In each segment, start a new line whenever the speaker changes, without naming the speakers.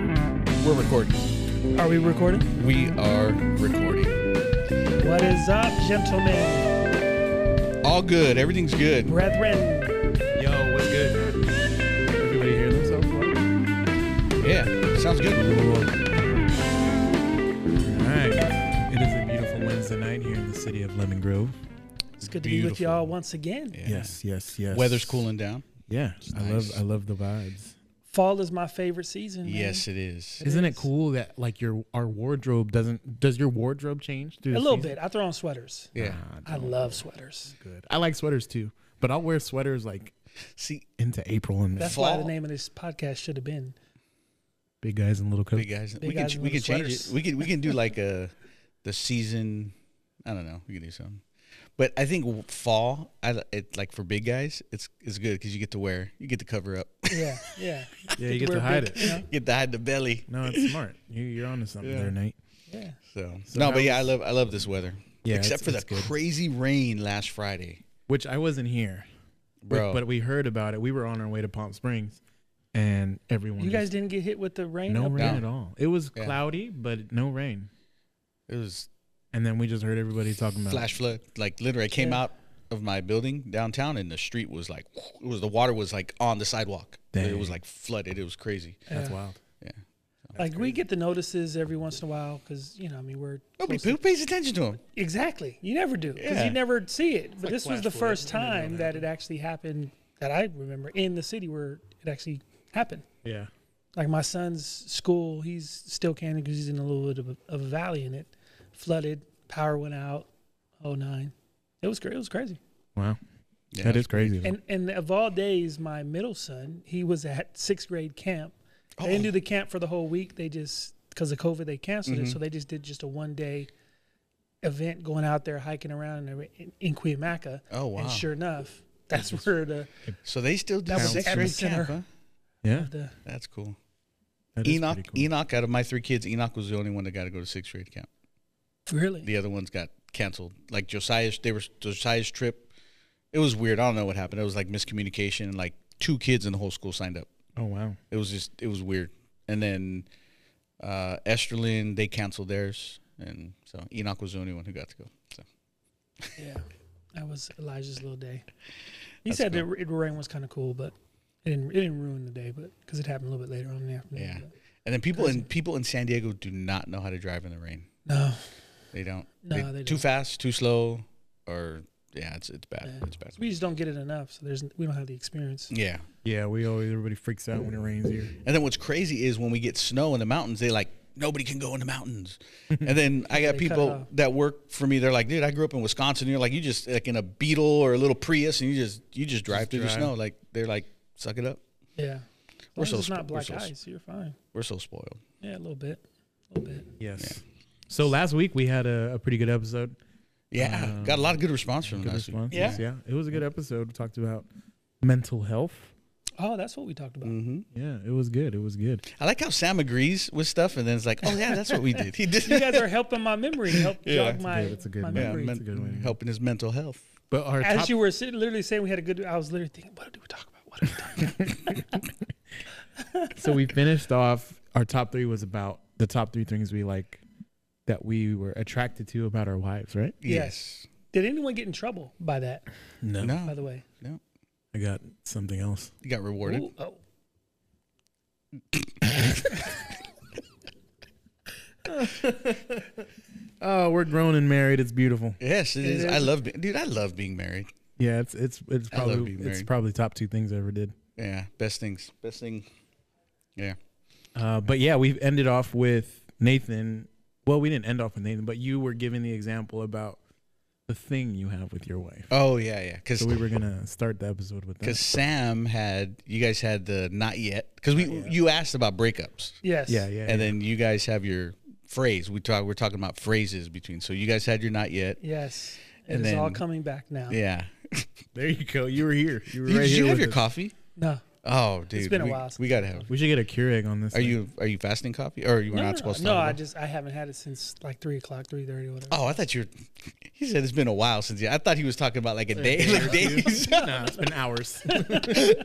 We're recording.
Are we recording?
We are recording.
What is up, gentlemen,
All good. Everything's good.
brethren?
Yo, what's good? Everybody hear themselves? All
Yeah. Sounds good.
right. It is a beautiful Wednesday night here in the city of Lemon Grove.
It's good to be with
Beautiful.
y'all once again.
Yes, yes, yes.
Weather's cooling down.
Yeah, I
nice.
love, I love the vibes.
Fall is my favorite season. man.
Yes, it is.
Isn't
is.
it cool that like your our wardrobe doesn't does your wardrobe change through
a
the
little
season?
bit. I throw on sweaters.
Yeah.
Ah.
Ah,
I love sweaters.
Good. I like sweaters too, but I'll wear sweaters like
See,
into April and
That's
That's
why the
Fall?
name of this podcast should have been.
big guys and little coats.
big guys.
Big
we can
guys in
we can
little
change
sweaters.
it. We can we can do like a the season. I don't know. We can do something. But I think fall, I li- it, like for big guys, it's it's good because you get to wear, you get to cover up,
Yeah, yeah.
Yeah, you get
wear
to hide
big,
it.
you know?
get to hide the belly.
No, it's smart. You, you're onto something
Yeah.
there, Nate.
Yeah.
So,
So
no,
how
but yeah, I
was-
love I love this weather.
Yeah,
except
it's-
for the
it's good.
crazy rain last Friday,
Which I wasn't here, but-
bro.
But, we heard about it. We were on our way to Palm Springs, and everyone.
You guys
just-
didn't get hit with the rain?
no
up
rain
there?
down.
at all. It was
Yeah.
cloudy, but no rain.
it was
And then we just heard everybody talking about
flash flood. Like literally, I came
Yeah.
out of my building downtown, and the street was like, it was the water was like on the sidewalk. It was
Dang.
like flooded. It was crazy.
That's
Yeah.
wild.
Yeah.
Like, we get the notices every once in a while because, you know, I mean, we're.
Nobody
close to-
who pays attention to him.
Exactly. You never do because
Yeah.
you never see it. But
like
this was
flash
the
flood.
first
You never know
time
that.
that it actually happened that I remember in the city where it actually happened.
Yeah.
like my son's school, he's still canning because he's in a little bit of a, of a valley in it. Flooded, power went out, oh nine. It was cra- it was crazy.
Wow.
Yeah.
That is crazy. though.
And and of all days, my middle son, he was at sixth grade camp. They
Oh. Mm-hmm.
didn't do the camp for the whole week. They just because of COVID, they canceled it. So they just did just a one day event, going out there hiking around in, in, in Cuyamaca.
Oh, wow.
And sure enough, that's where the
So they still do
That was
sixth
the
grade
epicenter.
camp, huh?
yeah.
the
That's cool.
that is
Enoch,
pretty cool.
Enoch, out of my three kids, Enoch was the only one that got to go to sixth grade camp.
really
The other ones got canceled. Like Josiah's, they were Josiah's trip. It was weird. I don't know what happened. It was like miscommunication, and like two kids in the whole school signed up.
Oh wow.
It was just it was weird. And then uh Esterlin, they canceled theirs, and so Enoch was the only one who got to go. So
Yeah, that was Elijah's little day. He
That's
said
cool.
it, it rain was kind of cool, but it didn't, it didn't ruin the day, but because it happened a little bit later on in the afternoon.
yeah.
but-
And then people in people in San Diego do not know how to drive in the rain.
No,
They don't.
No, they
too
don't.
fast, too slow, or yeah, it's it's bad.
Yeah.
It's bad.
we just don't get it enough, so there's we don't have the experience.
Yeah.
Yeah, we always everybody freaks out when it rains here.
And then what's crazy is when we get snow in the mountains, they like nobody can go in the mountains. and then I got
They cut it
people
off.
that work for me. They're like, dude, I grew up in Wisconsin. You're like, you just like in a Beetle or a little Prius, and you just you just drive through the
drive.
snow. Like they're like, suck it up.
Yeah,
We're
as long as
so
it's not
spo- we're
black
so sp-
ice. You're fine.
We're so spoiled.
Yeah, a little bit, a little bit.
Yes. So last week we had a, a pretty good episode.
Yeah, got a lot of good response from
Um, Good
last week.
response.
Yeah.
Yeah, it was a good episode. We talked about mental health.
Oh, that's what we talked about.
hmm
Yeah, it was good. It was good.
I like how Sam agrees with stuff, and then it's like, oh yeah, that's what we did. He did.
You guys are helping my memory, help
Yeah.
jog
That's
my,
good, that's a good
my
one.
yeah,
memory.
It's
men-
a good way to go.
helping his mental health.
But our
As
top,
you were sitting, literally saying we had a good, I was literally thinking, what did we talk about? What did we talk about?
so we finished off our top three was about the top three things we like that we were attracted to about our wives, right?
Yes.
did anyone get in trouble by that? By
No,
the way,
I got something else.
he got rewarded.
Ooh, oh.
Oh, we're grown and married. It's beautiful.
Yes, it
It
is. I
is.
love, be- dude. I love being married.
Yeah, it's it's it's
I love
probably
being
it's
married.
probably top two things I ever did.
Yeah, best things. Best thing. Yeah.
Uh, but yeah, we've ended off with Nathan. Well, we didn't end off with Nathan, but you were giving the example about the thing you have with your wife.
Oh yeah, yeah. Because
So we were gonna start the episode with that.
Sam had you guys had the not yet because we you asked about breakups
yes,
Yeah, yeah.
and then you guys have your phrase. We talk. We're talking about phrases between. So you guys had your not yet.
Yes.
And
and it's all
then-
coming back now.
Yeah.
there you go. You were here. You were
You-
right
did
here.
you have
with
your
us.
coffee?
No.
Oh, dude.
been a
we,
while since
We gotta have.
We should get a Keurig on this.
Are you are you fasting coffee or you were
no,
not
no,
supposed
no,
to?
No,
talk
I
about-
just I haven't had it since like three o'clock, three thirty, whatever.
Oh, I thought you. were He said it's been a while since you. I thought he was talking about like a day, like days.
no, it's been hours.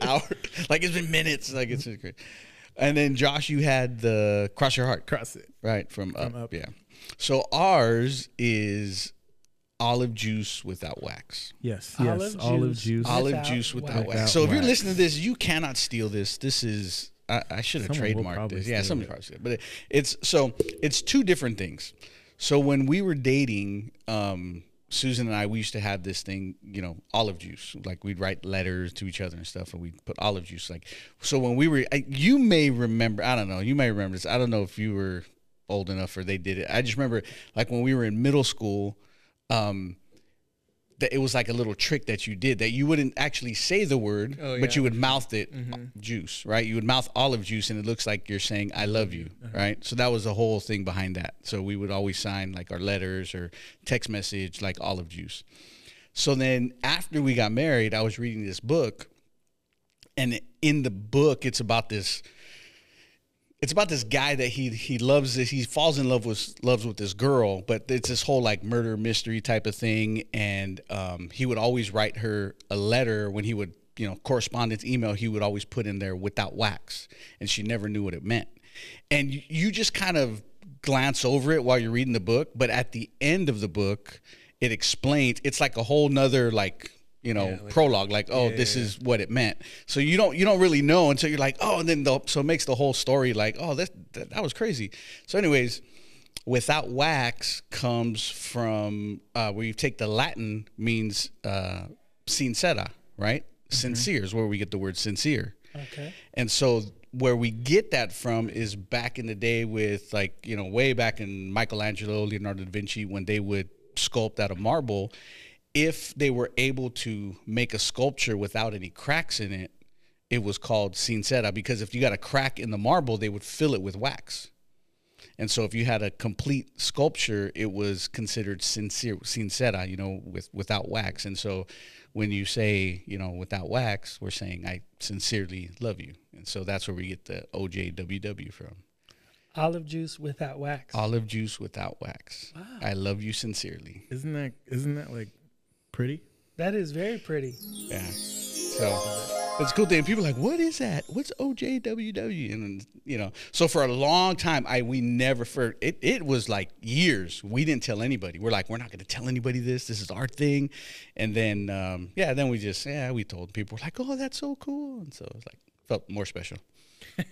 hour. Like it's been minutes. Like it's just great. And then Josh, you had the cross your heart,
Cross it.
right? From up,
From Up.
yeah. So ours is olive juice without wax.
Yes.
Olive
yes. Olive
juice.
juice.
Olive
Without
juice without
wax.
wax. So if you're
wax.
listening to this, you cannot steal this. This is I, I should have
Someone will
trademarked
probably
this. Yeah,
steal
somebody
it.
probably should. But it, it's so it's two different things. So when we were dating, um, Susan and I, we used to have this thing, you know, olive juice. Like we'd write letters to each other and stuff, and we'd put olive juice. Like so when we were, I, you may remember. I don't know. You may remember this. I don't know if you were old enough or they did it. I just remember like when we were in middle school. Um, that it was like a little trick that you did that you wouldn't actually say the word,
Oh,
but
yeah. Mm-hmm.
you would mouth it uh, juice, right? You would mouth olive juice and it looks like you're saying, I love you,
Uh-huh.
right? So that was the whole thing behind that. So we would always sign like our letters or text message like olive juice. So then after we got married, I was reading this book and in the book it's about this it's about this guy that he he loves this he falls in love with loves with this girl but it's this whole like murder mystery type of thing and um, he would always write her a letter when he would you know correspondence email he would always put in there without wax and she never knew what it meant and you, you just kind of glance over it while you're reading the book but at the end of the book it explains it's like a whole nother like you know prologue like oh this is what it meant so you don't you don't really know until you're like oh and then the, so it makes the whole story like oh that, that that was crazy so anyways without wax comes from uh, where you take the latin means uh sincera right sincere is where we get the word sincere
Okay.
and so where we get that from is back in the day with like, you know, way back in Michelangelo, Leonardo da Vinci, when they would sculpt out of marble, if they were able to make a sculpture without any cracks in it, it was called sincera because if you got a crack in the marble, they would fill it with wax. And so if you had a complete sculpture, it was considered sincere, sincera, you know, with without wax. And so when you say, you know, without wax, we're saying I sincerely love you. And so that's where we get the OJWW from.
Olive juice without wax.
Olive juice without wax.
Wow.
I love you sincerely.
Isn't that isn't that like pretty?
That is very pretty.
Yeah. So it's a cool thing. People are like, what is that? What's OJWW? And then, you know, so for a long time, I we never for it. It was like years. We didn't tell anybody. We're like, we're not going to tell anybody this. This is our thing. And then, um, yeah, then we just yeah, we told people We're like, oh, that's so cool. And so it's like felt more special.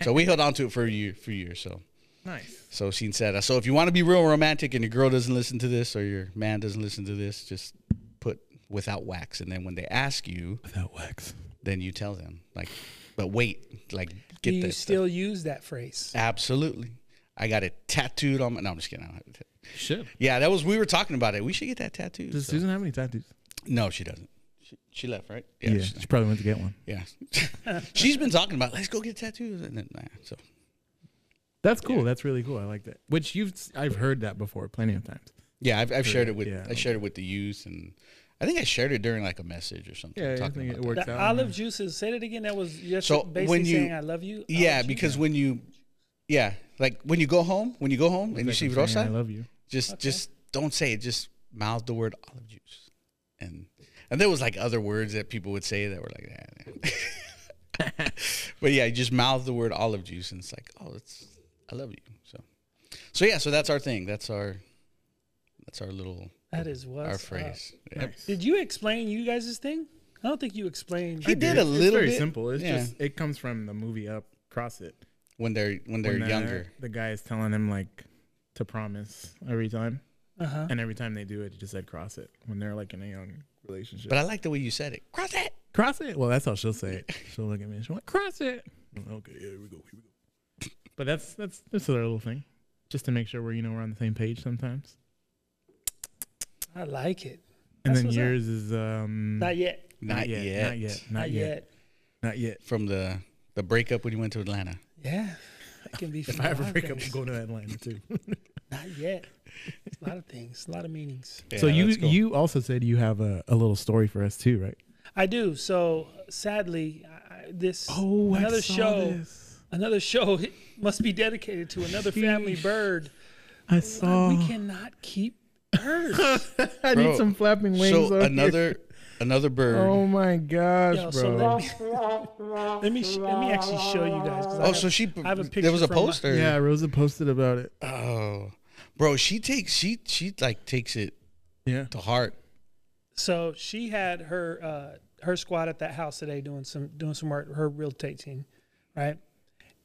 so we held on to it for a year, for years. So
Nice.
so she said. uh, So if you want to be real romantic and your girl doesn't listen to this or your man doesn't listen to this, just put without wax. And then when they ask you
Without wax.
then you tell them like but wait like
Do
get
you
that stuff.
still use that phrase?
absolutely i got it tattooed on my no i'm just kidding I don't have it tattooed.
Should.
yeah that was we were talking about it we should get that tattooed
Does
so-
Susan have any tattoos?
no she doesn't she, she left right yeah
yeah
she-
she probably went to get one.
yeah, she's been talking about let's go get tattoos and then nah, so
That's cool. That's really cool. I like that. Which you've I've heard that before plenty of times.
yeah i've, I've
Sure,
shared it with
yeah,
i shared it with the youth and i think i shared it during like a message or something
Yeah, I
talking
think
about
it worked
The
out.
olive juices. Say that again. That was just
So
basically
when you-
saying I love you.
that. yeah
Olive juice?
because when you yeah like when you go home when you go home and you see rosa
I love you.
Just just don't say it. Just mouth the word olive juice, and and there was like other words that people would say that were like that. but yeah, you just mouth the word olive juice, and it's like, oh, it's I love you. So so yeah, so that's our thing. That's our that's our little
that is what
uh,
our phrase. Yeah.
Did you explain you guys' thing? I don't think you explained.
He
I
did a
It's
little
very
bit.
simple. It's
Yeah.
just it comes from the movie Up. Cross it.
When they're when they're
When the-
younger.
The guy is telling him like to promise every time,
Uh huh.
and every time they do it, he just said cross it when they're like in a young relationship.
But I like the way you said it. Cross it.
cross it. Well, that's how she'll say it. She'll look at me and she'll like cross it. I'm like, Mm, okay, yeah, here we go, here we go. But that's that's that's a little thing, just to make sure we're you know we're on the same page sometimes.
I like it.
And
That's
then
what's up.
yours is um
Not yet.
Not, Mm. yet.
not yet,
Not,
not
yet.
yet, not yet.
From the the breakup when you went to Atlanta.
Yeah. That can be.
If
from
I ever
a lot of
break up, I'm
things.
going to Atlanta too.
Not yet. a lot of things. A lot of meanings.
Yeah,
so you
that's cool.
you also said you have a, a little story for us too, right?
I do. So sadly, I, I- this
Oh,
another show. Another show must be dedicated to another family
Sheesh. Uh.
bird.
I
Why
saw.
We cannot keep birds.
Bro,
I need some flapping wings.
So
on here.
another another bird.
Oh my gosh,
Yo, so
bro.
Let me sh- let me actually show you guys. 'cause I
Oh,
have-
so she.
I have a
there
picture
was a
from my-
poster.
yeah, Rosa posted about it.
Oh, bro, she takes she she like takes it
Yeah.
to heart.
So she had her uh, her squad at that house today doing some doing some work. Her real estate team, right?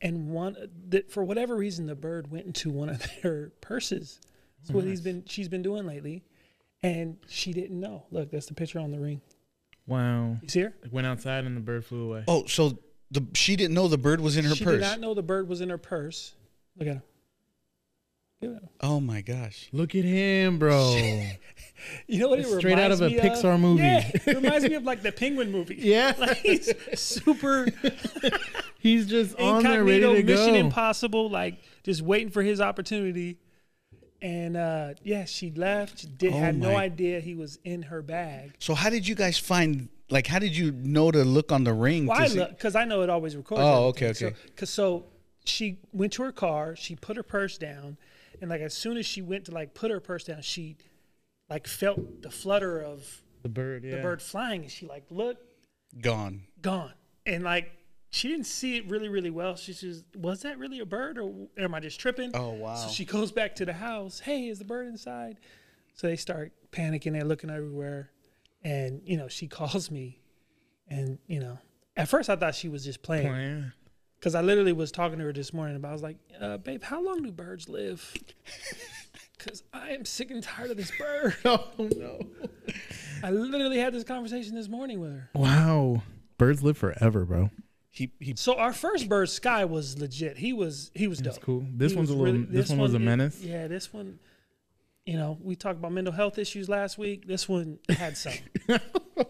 And one that for whatever reason the bird went into one of their purses. That's what he's been she's been doing lately, and she didn't know. Look, that's the picture on the ring.
Wow.
You see her?
It went outside and the bird flew away.
Oh, so the she didn't know the bird was in her
she
purse.
did not know the bird was in her purse. Look at her. Look at her.
Oh my gosh.
Look at him, bro.
You know what? It
It's straight out
reminds
of a
me
Pixar movie.
Yeah, it reminds me of like the Penguin movie.
Yeah.
like he's super
He's just on there ready
incognito
to
mission
go.
impossible like just waiting for his opportunity and uh yeah she left she did
Oh
had no
my-
idea he was in her bag
So how did you guys find? Like, how did you know to look on the ring?
why
to see-
because i know it always records
Oh,
everything.
okay, okay.
so, 'cause so she went to her car she put her purse down and like as soon as she went to like put her purse down she like felt the flutter of
the bird, yeah.
the bird flying and she like looked
Gone.
gone. And like she didn't see it really, really well. She says, "Was that really a bird, or am I just tripping?"
Oh, wow.
So she goes back to the house. Hey, is the bird inside? So they start panicking. They're looking everywhere, and you know she calls me, and you know at first I thought she was just playing
Plan.
because I literally was talking to her this morning about. I was like, uh, "Babe, how long do birds live?" Because I am sick and tired of this bird.
Oh no.
I literally had this conversation this morning with her.
Wow. Birds live forever, bro.
He he.
So our first bird, Sky, was legit. He was he was dope.
That's cool. This
He
one's a
was
little.
really-
this, one was a
it-
menace.
yeah, this one. You know, we talked about mental health issues last week. This one had some,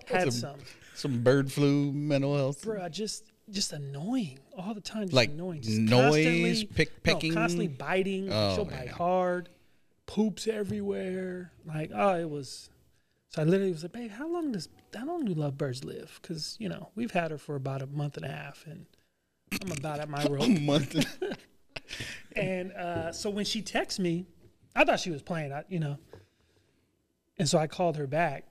had some.
Some bird flu, mental health.
Bro, just just annoying all the time. Just
Like
annoying. Just
noise,
constantly-
pick- pecking?
No, constantly biting.
Oh,
She'll bite
yeah.
hard. Poops everywhere. Like oh, it was. So I literally was like, babe, how long does how long do lovebirds live? Because you know we've had her for about a month and a half, and I'm about at my rope.
A month.
And uh, so when she texts me, I thought she was playing, I, you know. And so I called her back,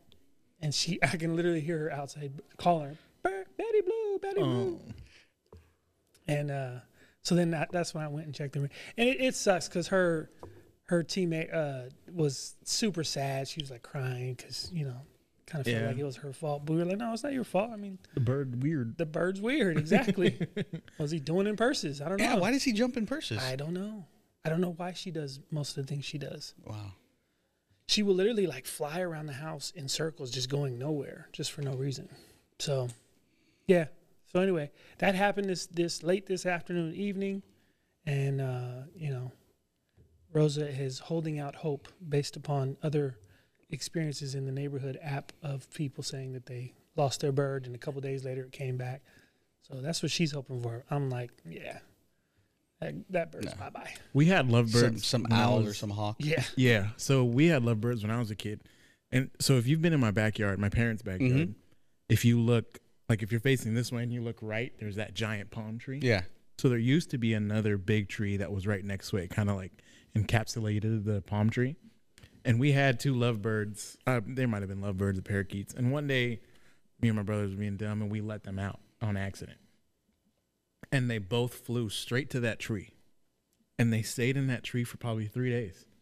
and she I can literally hear her outside calling her, Betty Blue, Betty Blue. And uh, so then that, that's when I went and checked the room. And it, it sucks because her her teammate uh, was super sad. She was like crying because, you know, kind of felt
Yeah.
like it was her fault. But we were like, no, it's not your fault. I mean,
The bird weird.
the bird's weird. Exactly. was he doing in purses? I don't
yeah.
know.
Why does he jump in purses?
I don't know. I don't know why she does most of the things she does.
wow.
She will literally like fly around the house in circles, just going nowhere, just for no reason. So, yeah. So anyway, that happened this this late this afternoon evening, and uh, you know, Rosa is holding out hope based upon other experiences in the neighborhood app of people saying that they lost their bird and a couple days later it came back. So that's what she's hoping for. I'm like, yeah, that, that bird's
No.
bye bye.
We had
Some,
lovebirds.
some
when I
owl or
was-
some hawk.
Yeah.
Yeah. So we had lovebirds when I was a kid, and so if you've been in my backyard, my parents' backyard,
Mhm.
if you look like if you're facing this way and you look right, there's that giant palm tree.
Yeah.
So there used to be another big tree that was right next to it, kind of like encapsulated the palm tree. And we had two lovebirds. Uh, there might have been lovebirds or parakeets. And one day, me and my brothers were being dumb, and we let them out on accident. And they both flew straight to that tree, and they stayed in that tree for probably three days.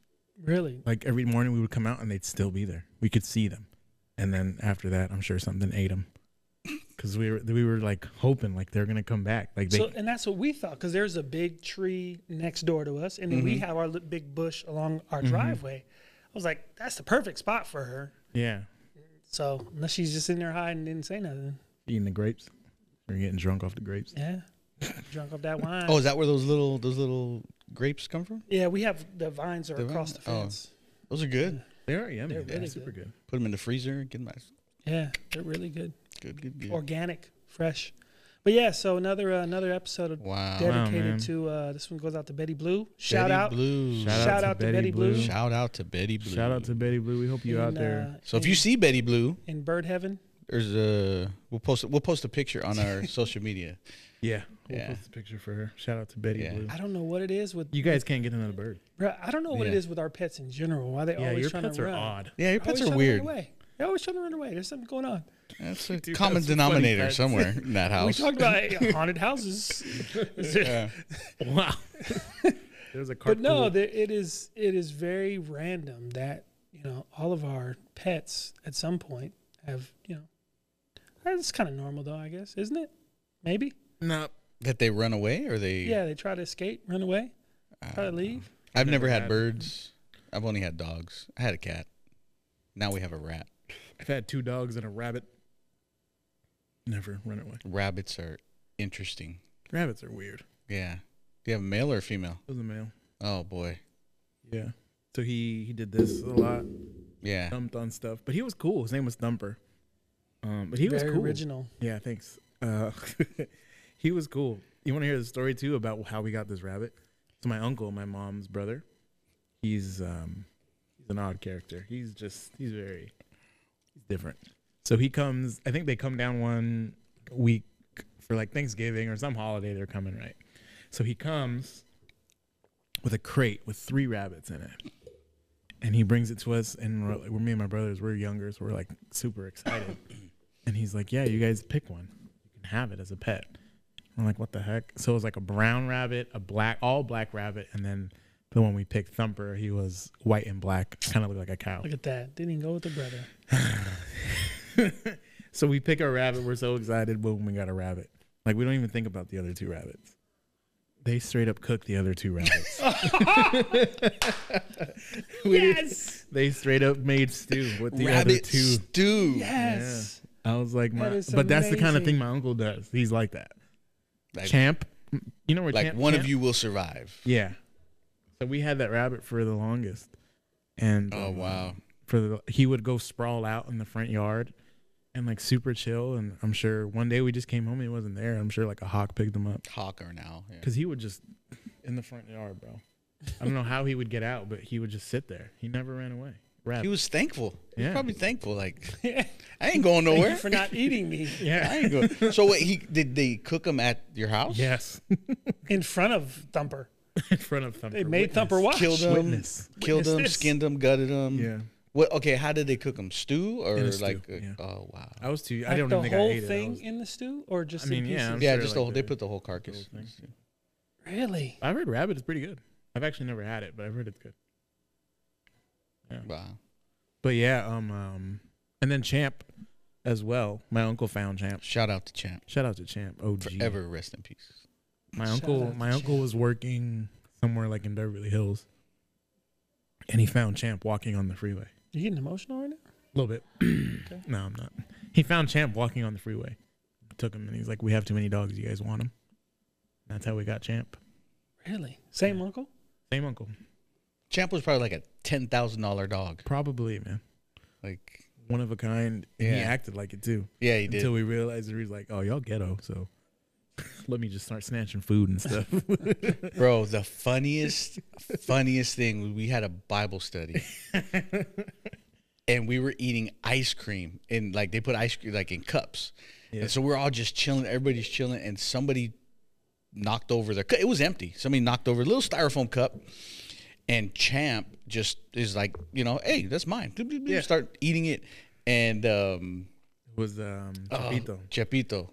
Really?
Like every morning, we would come out, and they'd still be there. We could see them. And then after that, I'm sure something ate them, because we were we were like hoping like they're gonna come back. Like they
so, and that's what we thought because there's a big tree next door to us, and then
Mm-hmm.
we have our li- big bush along our driveway. I was like, that's the perfect spot for her.
yeah.
So, unless she's just in there hiding and didn't say nothing.
eating the grapes. You're getting drunk off the grapes.
Yeah. Drunk off that wine.
Oh, is that where those little those little grapes come from?
Yeah, we have the vines are
The
across the
vine- oh.
fence.
Those are good.
They are yummy.
They're
They're
really
super good.
Put them in the freezer. Get my
Yeah, they're really good.
good, good, good.
Organic, fresh. But yeah, so another uh, another episode of
wow.
Wow,
dedicated
man.
to uh, this one goes out to Betty Blue. Shout
Betty
out.
Blue.
Shout, out, to Betty, Blue.
Blue.
Shout out to Betty Blue.
Shout out to Betty Blue. We hope you out
in,
there.
uh,
So if
in-
you see Betty Blue,
in Bird Heaven,
there's a we'll post we'll post a picture on our social media.
Yeah. We'll
yeah.
post a picture for her. Shout out to Betty
Yeah.
Blue.
I don't know what it is with
You guys can't get another bird.
Bruh, I don't know what it
Yeah.
is with our pets in general. Why they
yeah,
always
your
trying
pets
to
are
run?
odd.
Yeah, your
They're always
pets are
trying to
weird.
Run away. They're always trying to run away. There's something going on.
That's a
Dude,
common
that's funny
denominator
facts.
somewhere in that
We
house.
talked about haunted houses. Is it-
Yeah.
Wow. There's a
but
cart.
no, there, it is it is very random that you know all of our pets at some point have you know. That's kind of normal though, I guess, isn't it? Maybe.
no.
That they run away or they?
Yeah, they try to escape, run away,
I
try to
don't know.
leave.
I've never,
Never
had,
had-
birds. I've only had dogs. I had a cat. Now we have a rat.
I've had two dogs and a rabbit. Never run away.
Rabbits are interesting.
Rabbits are weird.
Yeah. Do you have a male or a female?
It was a male.
Oh boy.
Yeah. So he he did this a lot,
Yeah.
dumped on stuff, but he was cool. His name was Thumper. Um, but he was
very
cool.
original.
Yeah, thanks. Uh, he was cool. You want to hear the story too about how we got this rabbit? So my uncle, my mom's brother, he's um, he's an odd character. He's just he's very he's different. So he comes. I think they come down one week for like Thanksgiving or some holiday. They're coming right. So he comes with a crate with three rabbits in it. And he brings it to us, and we're, we're me and my brothers. We're younger, so we're like super excited. And he's like, "Yeah, you guys pick one. You can have it as a pet." I'm like, "What the heck?" So it was like a brown rabbit, a black, all black rabbit, and then the one we picked, Thumper, he was white and black, kind of looked like a cow.
Look at that. Didn't even go with the brother.
so we pick a rabbit. We're so excited when we got a rabbit. Like we don't even think about the other two rabbits. They straight up cook the other two rabbits. We didn't-
yes.
They straight up made stew with the other
Rabbit
two.
stew.
Yes.
I was like, my,
That is
but that's the kind of
amazing.
thing my uncle does. He's like that.
Like,
champ, you know where
like
champ,
one
Champ-
of you will survive.
Yeah. So we had that rabbit for the longest, and
Oh
um,
wow.
for the he would go sprawl out in the front yard, and like super chill. And I'm sure one day we just came home and he wasn't there. I'm sure like a hawk picked him up
Hawker now. Yeah.
because he would just in the front yard, bro. I don't know how he would get out, but he would just sit there. He never ran away. Rabbit.
He was thankful. He was
Yeah.
probably thankful. Like
Thank
I ain't going
you
nowhere.
for not eating me
I
yeah.
ain't going. So wait, he did they cook him at your house?
Yes.
in front of Thumper.
in front of Thumper.
They made
Witness.
Thumper watch.
Killed him.
Witness.
Killed
Witness
him,
this.
skinned him, gutted him.
Yeah.
What? Okay. How did they cook him? Stew or
In a stew,
like? uh,
yeah.
Oh wow.
I was too. I
Like
don't
the
even think I
whole
ate it. I
thing
was-
in the stew, or just
I mean,
in
yeah,
pieces?
I'm
yeah,
sure,
just
like,
the whole. they
the-
put the whole carcass.
the whole
Really?
I've heard rabbit is pretty good. I've actually never had it, but I've heard it's good.
Wow.
But yeah, um, um and then Champ as well. My uncle found Champ.
Shout out to Champ.
Shout out to Champ. Oh,
Forever rest in peace.
My
Shout
uncle,
out
my
to
uncle
Champ.
was working somewhere like in Beverly Hills, and he found Champ walking on the freeway.
You getting emotional right now?
A little bit. No, I'm not. He found Champ walking on the freeway. Took him, and he's like, "We have too many dogs. You guys want him?" That's how we got Champ.
Really? Same
Yeah.
uncle?
Same uncle,
Champ was probably like a ten thousand dollar dog.
probably man,
Like
one of a kind, and he
Yeah.
acted like it too.
yeah, he did.
until we realized he was like, "Oh, y'all ghetto." So let me just start snatching food and stuff.
Bro, the funniest, funniest thing we had a Bible study, and we were eating ice cream, and like they put ice cream like in cups,
Yeah.
and so we're all just chilling. Everybody's chilling, and somebody knocked over their. cu- It was empty. Somebody knocked over a little styrofoam cup, and Champ just is like, you know, hey, that's mine.
Yeah.
Start eating it, and um,
It was um
oh,
Chapito.
Chapito,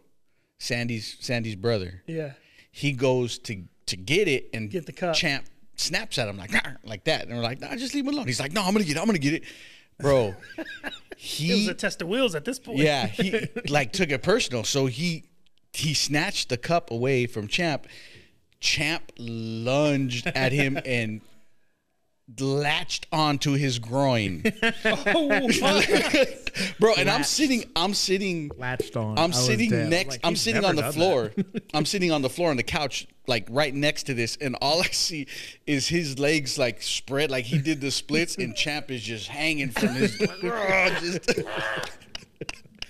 Sandy's Sandy's brother
Yeah.
he goes to to get it and
Get the cup.
Champ snaps at him like "Arr," like that, and we're like, "Nah, just leave him alone." He's like, "No, I'm gonna get it. I'm gonna get it, bro." He
It was a test of wills at this point.
yeah, he like took it personal. So he he snatched the cup away from Champ. Champ lunged at him and latched onto his groin, bro. And I'm sitting, I'm sitting
Latched on. I
I'm
was
sitting
dead.
next.
like,
I'm
he's
sitting
never
on the
done
floor. I'm sitting on the floor on the couch, like right next to this, and all I see is his legs like spread, like he did the splits, and Champ is just hanging from his. just,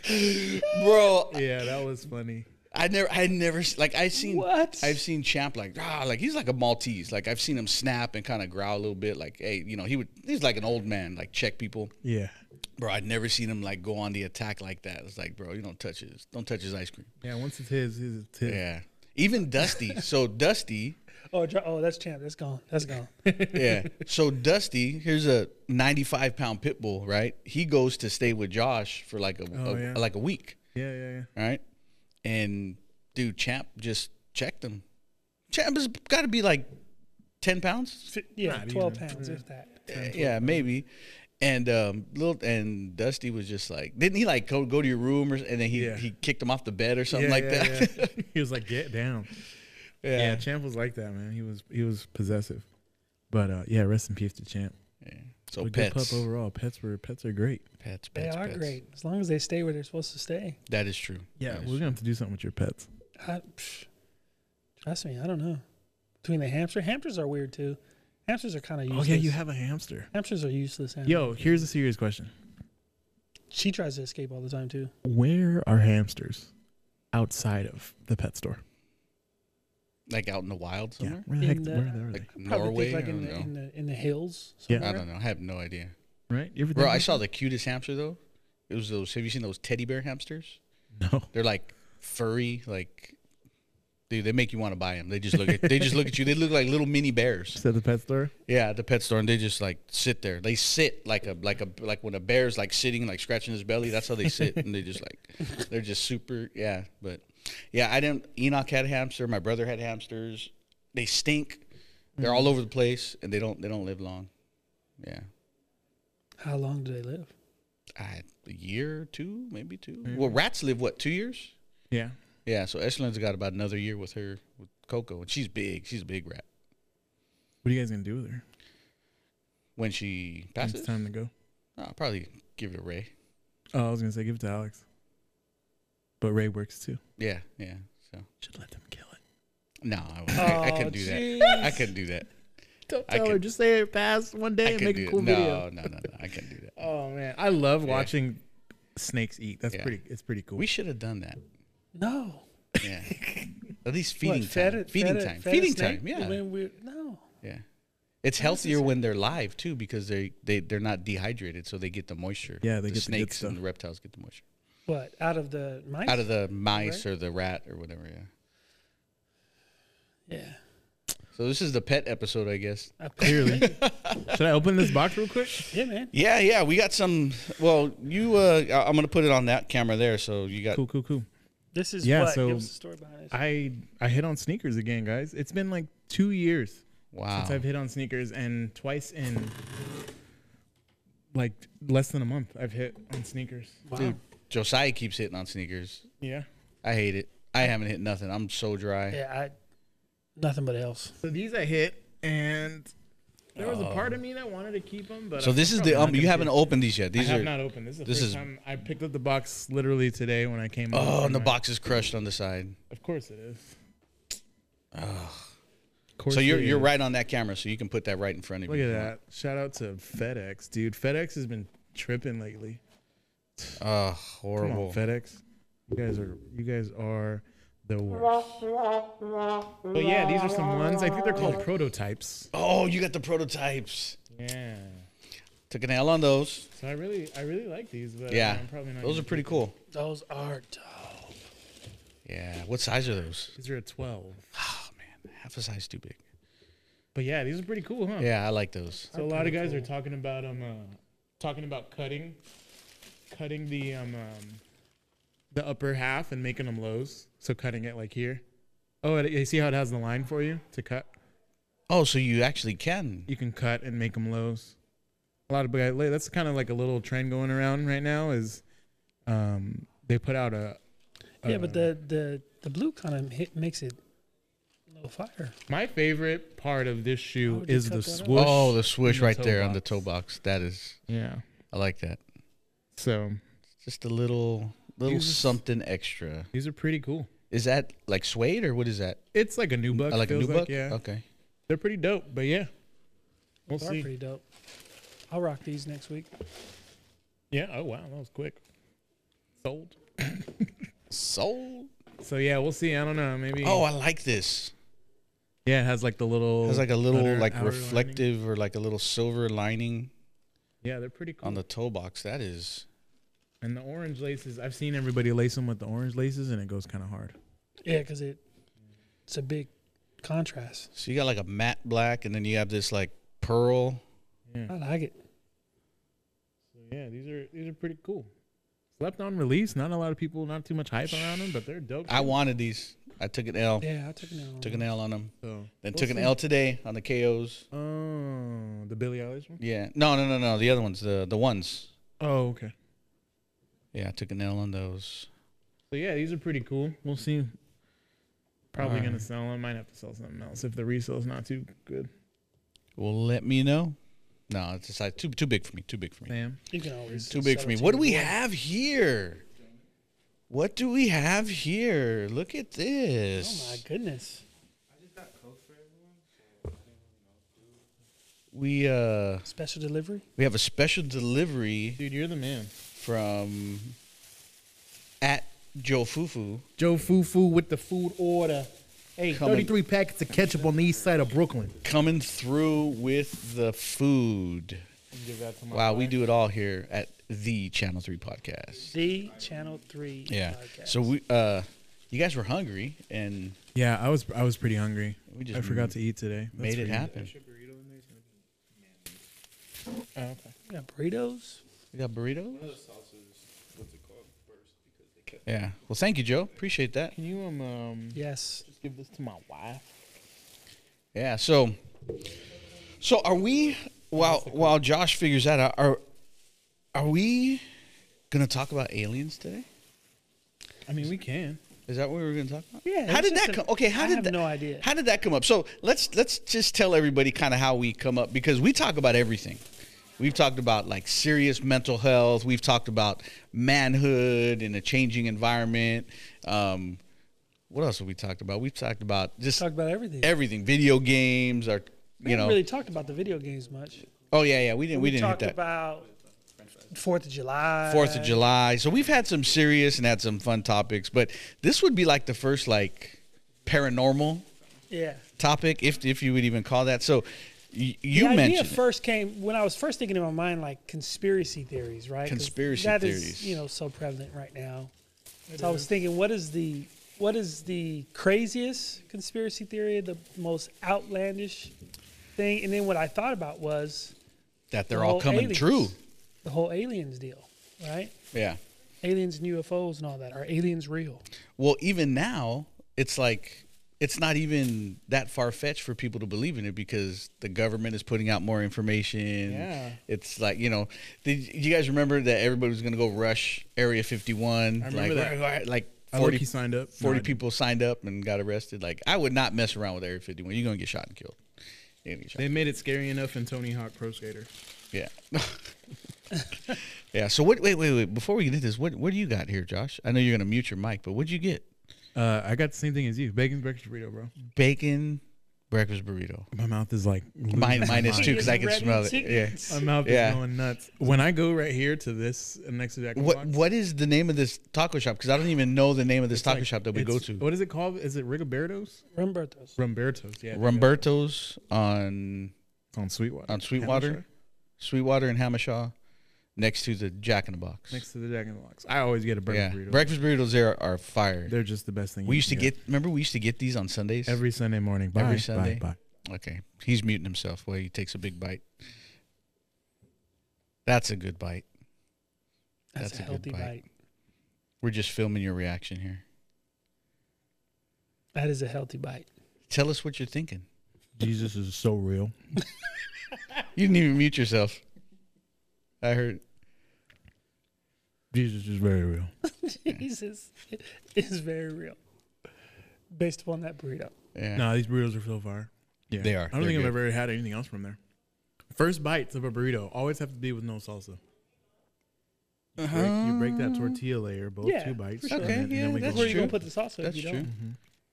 bro,
that. Yeah, that was funny.
I never, I never s- like I seen.
What?
I've seen Champ like ah, like he's like a Maltese. Like I've seen him snap and kind of growl a little bit. Like hey, you know, he would. He's like an old man. Like check people.
Yeah.
Bro, I'd never seen him like go on the attack like that. It's like, bro, you don't touch his, don't touch his ice cream.
Yeah, once it's his, his it's his.
Yeah. Even Dusty. so Dusty
Oh, dr- oh, that's champ. That's gone. That's gone.
yeah. So Dusty, here's a 95 pound pit bull, right? He goes to stay with Josh for like a,
Oh,
a-
yeah.
like a week,
Yeah, yeah, yeah.
right? And dude, Champ just checked him. Champ has got to be like 10 pounds,
Fi- yeah,
Not
twelve
even.
pounds
Yeah.
if that.
Uh, yeah, maybe. And um, little and Dusty was just like, didn't he like go, go to your room or and then he
Yeah.
he kicked him off the bed or something
Yeah,
like
yeah,
that.
yeah. he was like, "Get down."
Yeah.
Yeah. Champ was like that, man. He was he was possessive. But uh, yeah, rest in peace to Champ.
Yeah. So
But good
pets,
pup overall. Pets were pets are great.
pets,
They
pets,
are
pets.
great as long as they stay where they're supposed to stay.
That is true. That is
we're gonna have to do something with your pets.
I, psh, trust me, I don't know. Between the hamster, hamsters are weird too. Hamsters are kind of useless.
Oh yeah, you have a hamster.
hamsters are useless. Animals.
Yo, here's a serious question.
she tries to escape all the time too.
Where are hamsters outside of the pet store?
like out in the wild
Yeah,
somewhere,
where the heck?
In the-
where are they?
like
Probably
Norway.
think like
I
in
don't
the,
know.
in the in the hills.
Yeah.
I
somewhere.
don't know. I have no idea.
Right? You ever
Bro,
think
I
about
saw the cutest hamster though. It was those. Have you seen those teddy bear hamsters?
that? No.
They're like furry, like dude. They make you want to buy them. They just look at. They just look at you. They look like little mini bears.
Just at the pet store.
Yeah, at the pet store, and they just like sit there. They sit like a like a like when a bear's like sitting like scratching his belly. That's how they sit, and they just like they're just super. Yeah, but yeah, I didn't. Enoch had a hamster. My brother had hamsters. They stink. They're all over the place, and they don't they don't live long. Yeah.
How long do they live?
I, a year, two, maybe two.
Maybe.
Well, rats live what two years?
Yeah.
Yeah, so Echelin's got about another year with her with Coco, and she's big. She's a big rat.
What are you guys gonna do with her?
When she
when
passes,
It's time to go.
I'll probably give it a Ray.
Oh, I was gonna say give it to Alex. But Ray works too.
Yeah, yeah. So
Should let them kill it.
no, I, won't. I,
Oh,
I couldn't do that. I couldn't do that.
Don't
I
tell her.
could-
Just say it passed one
I
day and
couldn't
make
do
a
that.
cool
no,
video.
no, no, no. I couldn't do that.
Oh man, I love
Yeah.
watching snakes eat. That's
Yeah.
pretty. It's pretty cool.
We should have done that.
No.
Yeah. At least feeding
fed
time.
it-
feeding
fed it-
time.
fed a
feeding
snake?
time. Yeah.
When we- no.
Yeah. It's healthier when they're live too because they they they're not dehydrated, so they get the moisture.
Yeah, they
the
get the good
snakes and
stuff.
the reptiles get the moisture
What out of the mice?
out of the mice or the rat or whatever. Yeah.
yeah.
So this is the pet episode, I guess.
I-
Clearly. should I open this box real quick?
yeah, man.
Yeah, yeah. We got some. Well, you. Uh, I- I'm gonna put it on that camera there, so you got.
Cool, cool, cool.
This is
Yeah,
what
so
gives the story behind it.
I I hit on sneakers again, guys. It's been like two years
Wow.
since I've hit on sneakers, and twice in like less than a month, I've hit on sneakers.
Wow.
Dude, Josiah keeps hitting on sneakers.
Yeah.
I hate it. I haven't hit nothing. I'm so dry.
Yeah, I nothing but else.
So these I hit, and there was a part of me that wanted to keep them, but
Oh. So
I'm
this is
probably
the
not
um. You
gonna
haven't
do it.
opened these yet.
I
These
have
are.
not opened. This is the
this
first
is-
time I picked up the box literally today when I came.
oh,
over
and the
my-
box is crushed on the side.
Of course it is.
Ugh.
Of course
So you're
it
you're
is.
right on that camera, so you can put that right in front of
Look
you.
at that! Shout out to FedEx, dude. FedEx has been tripping lately.
that. Oh,
Come
horrible.
on, FedEx. You guys are you guys are the worst. But yeah, these are some ones. I think they're called prototypes.
oh, you got the prototypes.
Yeah.
Took an L on those.
So I really I really like these, but uh,
Yeah.
I'm probably not.
Those
gonna
are pretty
keep
cool.
Those are dope.
Yeah. What size are those?
them. These are a 12.
Oh man, half a size too big.
But yeah, these are pretty cool, huh?
Yeah, I like those.
So a lot of guys are talking about um uh, talking about cutting cutting the um, um the upper half and making them lows. So cutting it like here. Oh, and you see how it has the line for you to cut?
Oh, so you actually can.
you can cut and make them lows. A lot of guys, that's kind of like a little trend going around right now. Is um, they put out a
Yeah, but
uh,
the the the blue kind of hit, makes it a little fire.
my favorite part of this
How
shoe
would you
is
cut
the
that up?
swoosh.
oh, the swoosh
and the
right
toe
there on the
box.
toe box. That is,
yeah.
I like that.
So
Just a little, little
These-
something extra.
these are pretty cool.
Is that like suede or what is that?
It's like a new buck.
Uh, like a new
feels
buck.
yeah.
Okay.
They're pretty dope. But yeah, we'll
Those are
see.
pretty dope. I'll rock these next week.
Yeah. Oh wow, that was quick. Sold.
Soul.
So yeah, we'll see. I don't know. Maybe.
Oh, I like this.
yeah, it has like the little.
It has like a little
outer-
like
outer lining.
reflective or like a little silver lining
Yeah, they're pretty cool.
on the toe box. That is.
and the orange laces. I've seen everybody lace them with the orange laces, and it goes kind of hard.
Yeah, because it it's a big contrast.
So you got like a matte black, and then you have this like pearl.
I like it.
So yeah, these are these are pretty cool. Slept on release. Not a lot of people. Not too much hype around them, but they're dope.
I wanted these. I took an L.
Yeah, I took an L.
Took an L on them.
So,
Then took an L today on the KOs.
oh, the Billie Eilish one.
Yeah. No, no, no, no. The other ones, the the ones.
Oh, okay.
Yeah, I took an L on those.
So yeah, these are pretty cool. We'll see. Probably
Alright.
gonna sell. I might have to sell something else if the resale's not too good.
Well, let me know. No, it's just like too too big for me. Too big for me.
Damn.
You can always
Too big for me.
sell it
What
to
do we
your boy.
have here? What do we have here? Look at this.
Oh my goodness.
We uh
Special delivery.
we have a special delivery
Dude, you're the man.
from at Joe Fufu.
Joe Fufu with the food order. Hey,
Coming.
33 packets of ketchup on the east side of Brooklyn.
coming through with the food. Wow, we do it all here at the Channel Three Podcast.
The Channel Three.
Yeah.
podcast.
So we, uh, you guys were hungry and
Yeah, I was I was pretty hungry.
We just
I forgot to eat today. That's
made it
pretty-
happen.
Oh, okay.
We got burritos.
We got burrito. Yeah. Well, thank you, Joe. Appreciate that.
Can you um, um
Yes.
just give this to my wife?
Yeah. So, so are we? While while Josh figures that out, are are we gonna talk about aliens today?
I mean, we can.
Is that what we were going to talk about?
Yeah,
How
it's
did that
just
come?
a-
Okay. How
I
did
have
that,
no idea.
How did that come up? So let's let's just tell everybody kind of how we come up because we talk about everything. We've talked about like serious mental health. We've talked about manhood in a changing environment. Um, what else have we talked about? We've talked about just
Talked about everything.
everything. Video games are
we
you know.
haven't really talked about the video games much.
oh yeah, yeah. We didn't. We, didn't hit
talked
that.
about Fourth of July.
Fourth of July. So we've had some serious and had some fun topics, but this would be like the first like paranormal
Yeah.
topic, if if you would even call that. So y- you
the idea
mentioned it.
first came when I was first thinking in my mind like conspiracy theories, right? 'Cause
Conspiracy
that is,
theories.
you know, so prevalent right now. so I was thinking, what is the what is the craziest conspiracy theory, the most outlandish thing? And then what I thought about was
that
the
they're all
whole
coming
aliens,
true.
The whole aliens deal, right?
Yeah.
Aliens and UFOs and all that. Are aliens real?
Well, even now, it's like it's not even that far fetched for people to believe in it because the government is putting out more information.
Yeah.
It's like you know, did you guys remember that everybody was going to go rush Area Fifty One?
I
like,
remember that.
right, like
I
forty
low-key signed up. No, I
40
didn't.
people signed up and got arrested. Like I would not mess around with Area Fifty One. You're going to get shot and killed. You're gonna get shot.
They made it scary enough in Tony Hawk Pro Skater.
Yeah. yeah. So what? Wait, wait, wait. Before we get into this, what what do you got here, Josh? I know you're gonna mute your mic, but what'd you get?
Uh, I got the same thing as you. Bacon breakfast burrito, bro.
Bacon breakfast burrito.
My mouth is like losing
Mine,
my
mine is
mind.
too, because I can
Ready
smell it.
to-
Yeah.
My mouth
Yeah.
is going nuts. When I go right here to this uh, next to that,
What
box,
What is the name of this taco shop? Because I don't even know the name of this
it's
taco
like-
shop that we
it's- oh,
go to.
What is it called? Is it Rigoberto's?
Remember those?
Rumberto's, yeah.
Rumberto's on
It's on Sweetwater.
on Sweetwater,
Hamisha?
Sweetwater and Hamishaw, next to the Jack in the Box.
Next to the Jack in the Box. I always get a
yeah,
breakfast burrito.
breakfast burritos there are fire.
They're just the best thing.
we
you
used to
can
get. Remember, we used to get these on Sundays.
every Sunday morning. Bye,
Every
every
Sunday.
Sunday. Bye, bye.
Okay, he's muting himself while he takes a big bite. That's a good bite.
That's,
That's
a
a good
healthy
bite.
bite.
We're just filming your reaction here.
That is a healthy bite.
Tell us what you're thinking.
Jesus is so real.
You didn't even mute yourself. I heard.
Jesus is very real.
Jesus is very real. Based upon that burrito.
Yeah.
No, these burritos are so fire. Yeah,
They are.
I don't
They're
think
good.
I've ever had anything else from there. First bites of a burrito always have to be with no salsa. You, break, you break that tortilla layer, both
Yeah,
two bites.
for sure.
and
Okay,
then- and
yeah,
then we
that's
Where
go.
are you gonna
true.
put the salsa?
That's
if you
true.
Don't? Mm-hmm.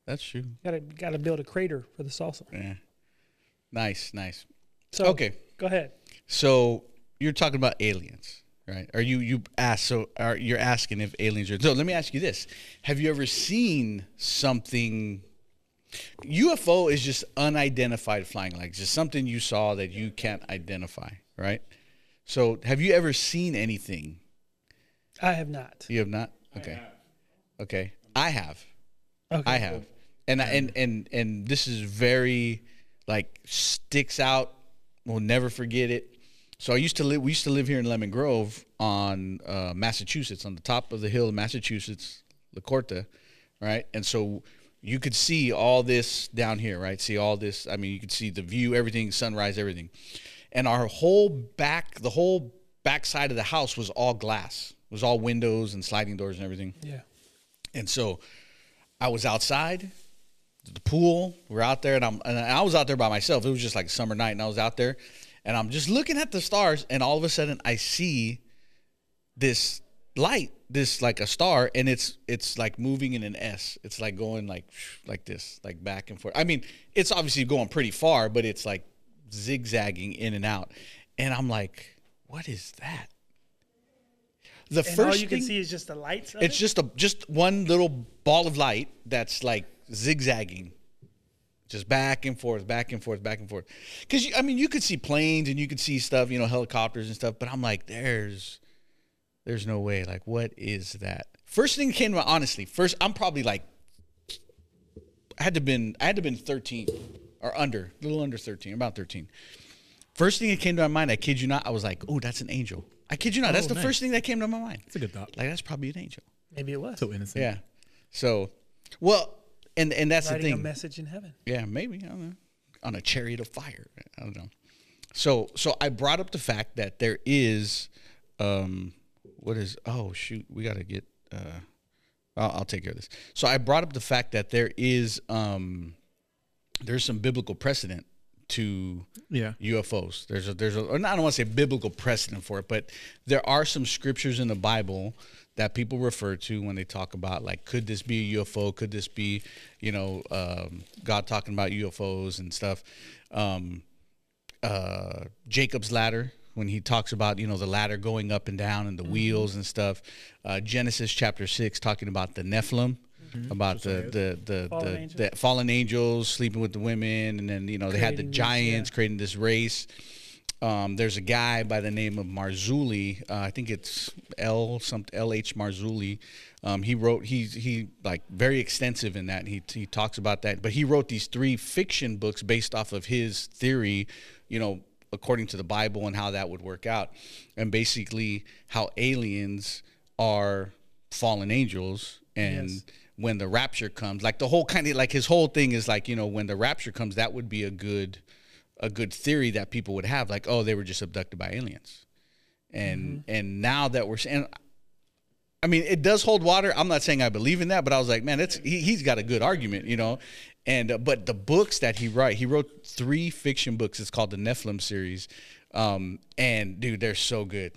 That's true.
Gotta gotta build a crater for the salsa.
Yeah. Nice, nice.
So
Okay.
go ahead.
So you're talking about aliens, right? Are you you ask so are you're asking if aliens are so let me ask you this. Have you ever seen something UFO is just unidentified flying like just something you saw that you can't identify, right? So have you ever seen anything?
I have not.
You have not? Okay. Okay. I have.
Okay.
I have. and I, and and and this is very like sticks out. We'll never forget it. So I used to live. We used to live here in Lemon Grove on uh, Massachusetts, on the top of the hill, in Massachusetts, La Corta, right? And so you could see all this down here, right? See all this. I mean, you could see the view, everything, sunrise, everything. And our whole back, the whole back side of the house was all glass. It was all windows and sliding doors and everything.
Yeah.
And so I was outside the pool. We're out there, and I'm and I was out there by myself. It was just like summer night, and I was out there, and I'm just looking at the stars, and all of a sudden I see this light, this like a star, and it's it's like moving in an S. It's like going like like this, like back and forth. I mean, it's obviously going pretty far, but it's like zigzagging in and out, and I'm like, what is that? The
And
first
all you
thing,
can see is just the lights. Of
it's
it?
just a just one little ball of light that's like zigzagging, just back and forth, back and forth, back and forth. Because I mean, you could see planes and you could see stuff, you know, helicopters and stuff. But I'm like, there's, there's no way. Like, what is that? First thing that came to my honestly. First, I'm probably like, I had to been I had to been 13 or under, a little under 13, about 13. First thing that came to my mind, I kid you not, I was like, oh, that's an angel. I kid you not. that's the
Oh, nice.
first thing that came to my mind.
It's a good thought.
Like that's probably an angel.
maybe it was
So innocent.
Yeah. So, well, and and that's
writing a
the thing.
message in heaven.
Yeah, maybe I don't know. On a chariot of fire. I don't know. So so I brought up the fact that there is, um, what is? Oh shoot, we gotta get. Uh, I'll, I'll take care of this. So I brought up the fact that there is, um, there's some biblical precedent to
Yeah.
UFOs. There's a there's a or not- I don't want to say biblical precedent for it, but there are some scriptures in the Bible that people refer to when they talk about like could this be a UFO? Could this be you know um, God talking about UFOs and stuff? Um, uh, Jacob's ladder when he talks about you know the ladder going up and down and the wheels and stuff. Uh, Genesis chapter six talking about the Nephilim. About the the the,
Fallen
the,
angels.
the fallen angels sleeping with the women, and then you know they had the
Creating these,
giants
yeah.
creating this race. Um, there's a guy by the name of Marzulli. Uh, I think it's L some L H Marzulli. Um, he wrote he's he like very extensive in that. He he talks about that, but he wrote these three fiction books based off of his theory, you know, according to the Bible and how that would work out, and basically how aliens are fallen angels and
Yes.
when the rapture comes like the whole kind of like his whole thing is like you know when the rapture comes that would be a good a good theory that people would have like oh they were just abducted by aliens and and now that we're saying i mean it does hold water i'm not saying i believe in that but i was like man that's he, he's got a good argument you know and uh, but the books that he write he wrote three fiction books it's called the nephilim series um and dude they're so good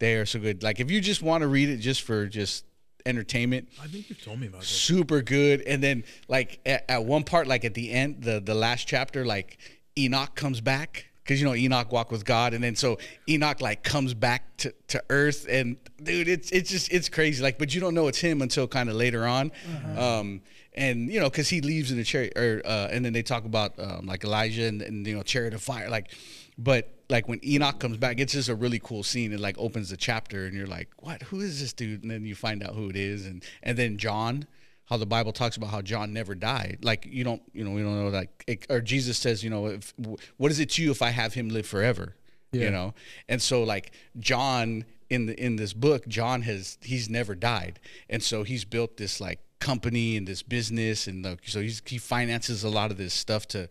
they are so good like if you just want to read it just for just entertainment
I think you've told me about this.
super good and then like at, at one part like at the end the the last chapter like enoch comes back because you know enoch walked with god and then so enoch like comes back to, to earth and dude it's it's just it's crazy like but you don't know it's him until kind of later on um and you know because he leaves in a chariot or uh, and then they talk about um, like elijah and, and you know chariot of fire like but like when enoch comes back it's just a really cool scene it like opens the chapter and you're like what who is this dude and then you find out who it is and and then john how the Bible talks about how John never died. Like you don't, you know, we don't know like it, or Jesus says, you know, if, w- what is it to you if I have him live forever? You
Yeah.
know, and so like John in the in this book, John has he's never died, and so he's built this like company and this business, and like so he's he finances a lot of this stuff to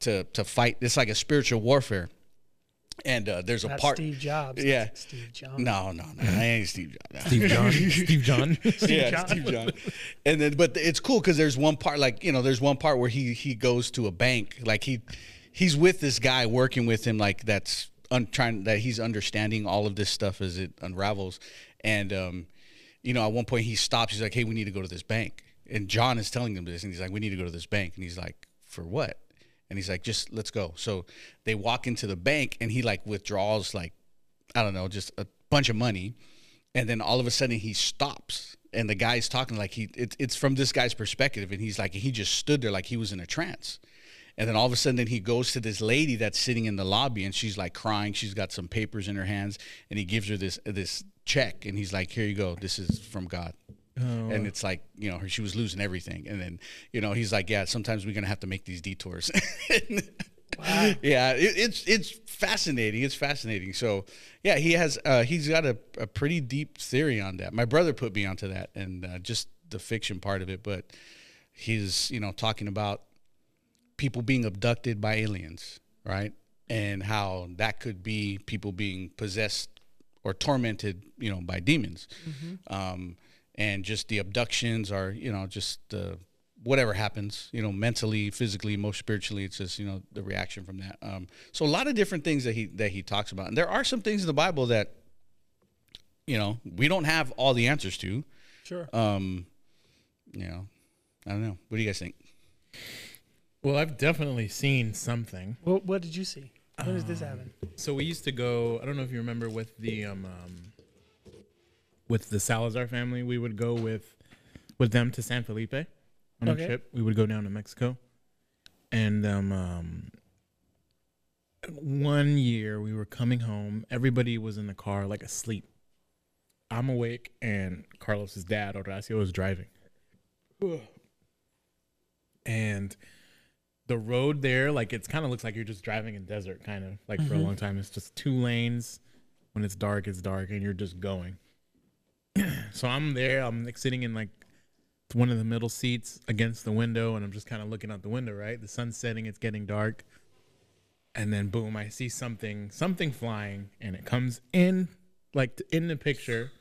to to fight. It's like a spiritual warfare, and uh, there's a
Not
part.
Steve Jobs.
Yeah.
Steve Jobs.
No, no, no, I ain't Steve Jobs.
Steve John. Steve John.
yeah,
John.
Steve John. And then, but it's cool because there's one part, like you know, there's one part where he he goes to a bank, like he he's with this guy working with him, like that's un- trying that he's understanding all of this stuff as it unravels, and um, you know, at one point he stops, he's like, "Hey, we need to go to this bank," and John is telling him this, and he's like, "We need to go to this bank," and he's like, "For what?" And he's like, "Just let's go." So they walk into the bank, and he like withdraws like I don't know, just a bunch of money, and then all of a sudden he stops, and the guy's talking like he it, it's from this guy's perspective, and he's like he just stood there like he was in a trance, and then all of a sudden he goes to this lady that's sitting in the lobby, and she's like crying, she's got some papers in her hands, and he gives her this this check, and he's like, here you go, this is from God, and it's like you know her, she was losing everything and then you know he's like yeah sometimes we're gonna have to make these detours yeah it, it's it's fascinating it's fascinating so yeah he has uh, he's got a, a pretty deep theory on that my brother put me onto that and uh, just the fiction part of it but he's you know talking about people being abducted by aliens, right? And how that could be people being possessed or tormented, you know, by demons. Um, and just the abductions are, you know, just uh, whatever happens, you know, mentally, physically, emotionally, spiritually. It's just, you know, the reaction from that. Um, so a lot of different things that he that he talks about, and there are some things in the Bible that, you know, we don't have all the answers to.
Sure.
Um, you know, I don't know. What do you guys think?
Well, I've definitely seen something.
what, what did you see? When does this happen?
So we used to go. I don't know if you remember with the um, um with the Salazar family. We would go with with them to San Felipe on
Okay.
a trip. We would go down to Mexico, and um, um, one year we were coming home. Everybody was in the car like asleep. I'm awake, and Carlos's dad Horacio was driving, and the road there, like it's kind of looks like you're just driving in desert, kind of like for a long time. It's just two lanes. When it's dark, it's dark, and you're just going. so I'm there. I'm like sitting in like one of the middle seats against the window, and I'm just kind of looking out the window. Right, the sun's setting. It's getting dark, and then boom, I see something, something flying, and it comes in like t- in the picture,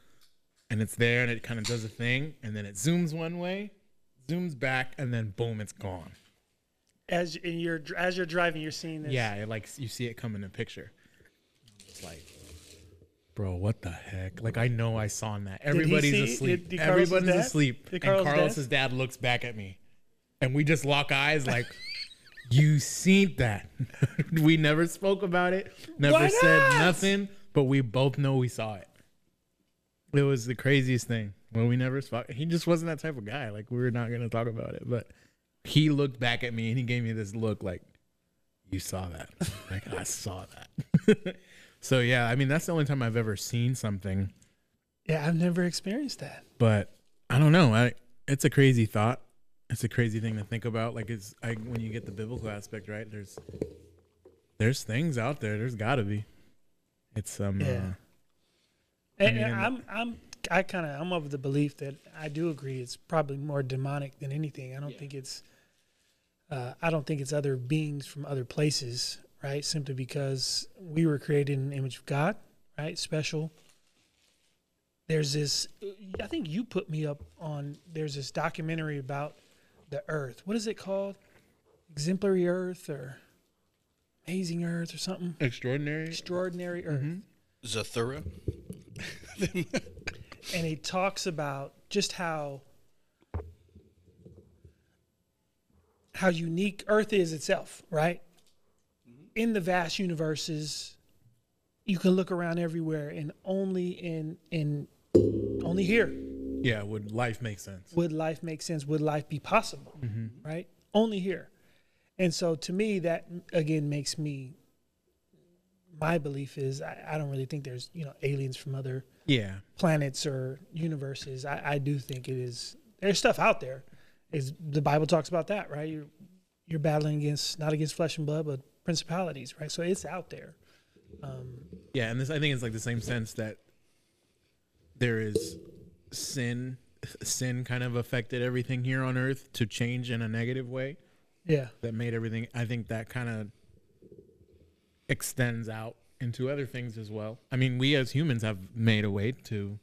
and it's there, and it kind of does a thing, and then it zooms one way, zooms back, and then boom, it's gone.
As in you're dr- as you're driving, you're seeing this.
Yeah, it, like you see it come in a picture. It's like, bro, what the heck? Like I know I saw that.
he
Everybody's
see-
asleep.
did- did Carlos's
Everybody's
dad-
asleep.
did
and
Carl's dad-
Carlos's dad looks back at me, and we just lock eyes like. You seen that? we never spoke about it. Never
Why
said
not?
nothing, but we both know we saw it. It was the craziest thing. Well, we never spoke. He just wasn't that type of guy. Like we were not gonna talk about it. But he looked back at me and he gave me this look like, "You saw that? like I saw that." so yeah, I mean that's the only time I've ever seen something.
Yeah, I've never experienced that.
But I don't know. I it's a crazy thought. It's a crazy thing to think about. Like it's I, when you get the biblical aspect right. There's there's things out there. There's got to be. It's um.
Yeah.
uh,
And,
mean,
and
and-
I'm I'm I kind of I'm of the belief that I do agree it's probably more demonic than anything. I don't think it's uh, I don't think it's other beings from other places, right? Simply because we were created in the image of God, right? Special. There's this I think you put me up on there's this documentary about the earth. What is it called? Exemplary Earth or Amazing Earth or something?
Extraordinary.
Extraordinary Earth.
Zathura.
and he talks about just how how unique Earth is itself, right? In the vast universes, you can look around everywhere, and only in in only here
Yeah. Would life make sense?
would life make sense? Would life be possible? Right? Only here. And so to me, that again makes me. My belief is I, I don't really think there's you know aliens from other
Yeah.
planets or universes. I, I do think it is. There's stuff out there. Is the Bible talks about that, right? You're you're battling against not against flesh and blood, but principalities, right? So it's out there.
Yeah, and this I think it's like the same sense that there is sin sin kind of affected everything here on earth to change in a negative way
Yeah,
that made everything I think that kind of extends out into other things as well. I mean, we as humans have made a way to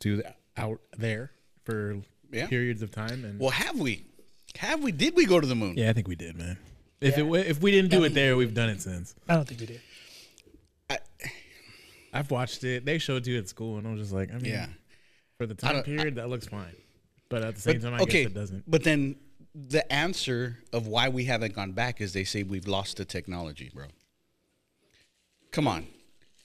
to the, out there for
Yeah.
periods of time and
Well, have we? Have we? Did we go to the moon?
yeah, I think we did, man. If it it if we didn't do it there, we've done it since.
I don't think we did.
I've watched it. They showed you at school, and I was just like, I mean,
Yeah.
for the time
don't-
period, that looks fine. But at the same time, I guess it doesn't.
But then the answer of why we haven't gone back is they say we've lost the technology, bro. Come on.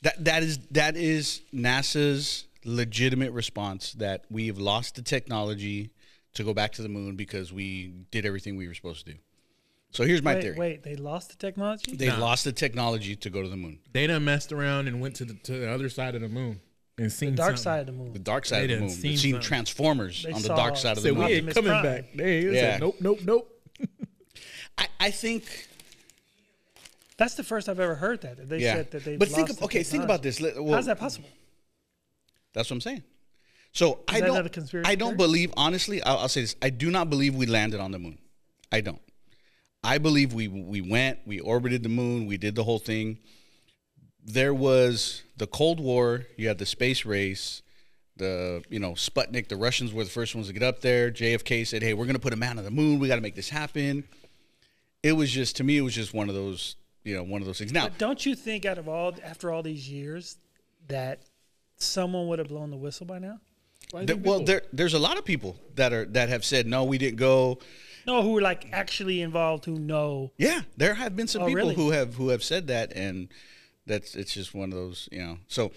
That that is that is NASA's legitimate response that we've lost the technology to go back to the moon because we did everything we were supposed to do. So here's my
wait,
theory.
wait, they lost the technology.
They lost the technology to go to the moon.
They done messed around and went to the, to the other side of the moon. and
The
seen
dark
something.
side of the moon.
The dark side
They
of the
done
moon.
seen
Seen, seen
something.
Transformers
They
on the
saw
dark side of the
Said,
moon.
we ain't
Optimus
coming
Prime.
back. They said,
Yeah.
nope, nope, nope.
I, I think
That's the first I've ever heard that. that they
yeah.
said that they.
But think
lost
of, okay,
the
think about
technology.
this. Let- well,
How's that possible?
That's what I'm saying. So I
that
don't.
not a conspiracy
I don't
theory?
believe. Honestly, I'll, I'll say this. I do not believe we landed on the moon. I don't. I believe we we went. We orbited the moon. We did the whole thing. There was the Cold War. You had the space race. The you know Sputnik. The Russians were the first ones to get up there. JFK said, "Hey, we're gonna put a man on the moon. We got to make this happen." It was just to me. It was just one of those you know one of those things. Now
But don't you think out of all after all these years that someone would have blown the whistle by now?
There- well, there, there's a lot of people that are that have said no, we didn't go.
No, who were like actually involved who know.
Yeah, there have been some
Oh,
people
really?
who have who have said that, and that's it's just one of those, you know. So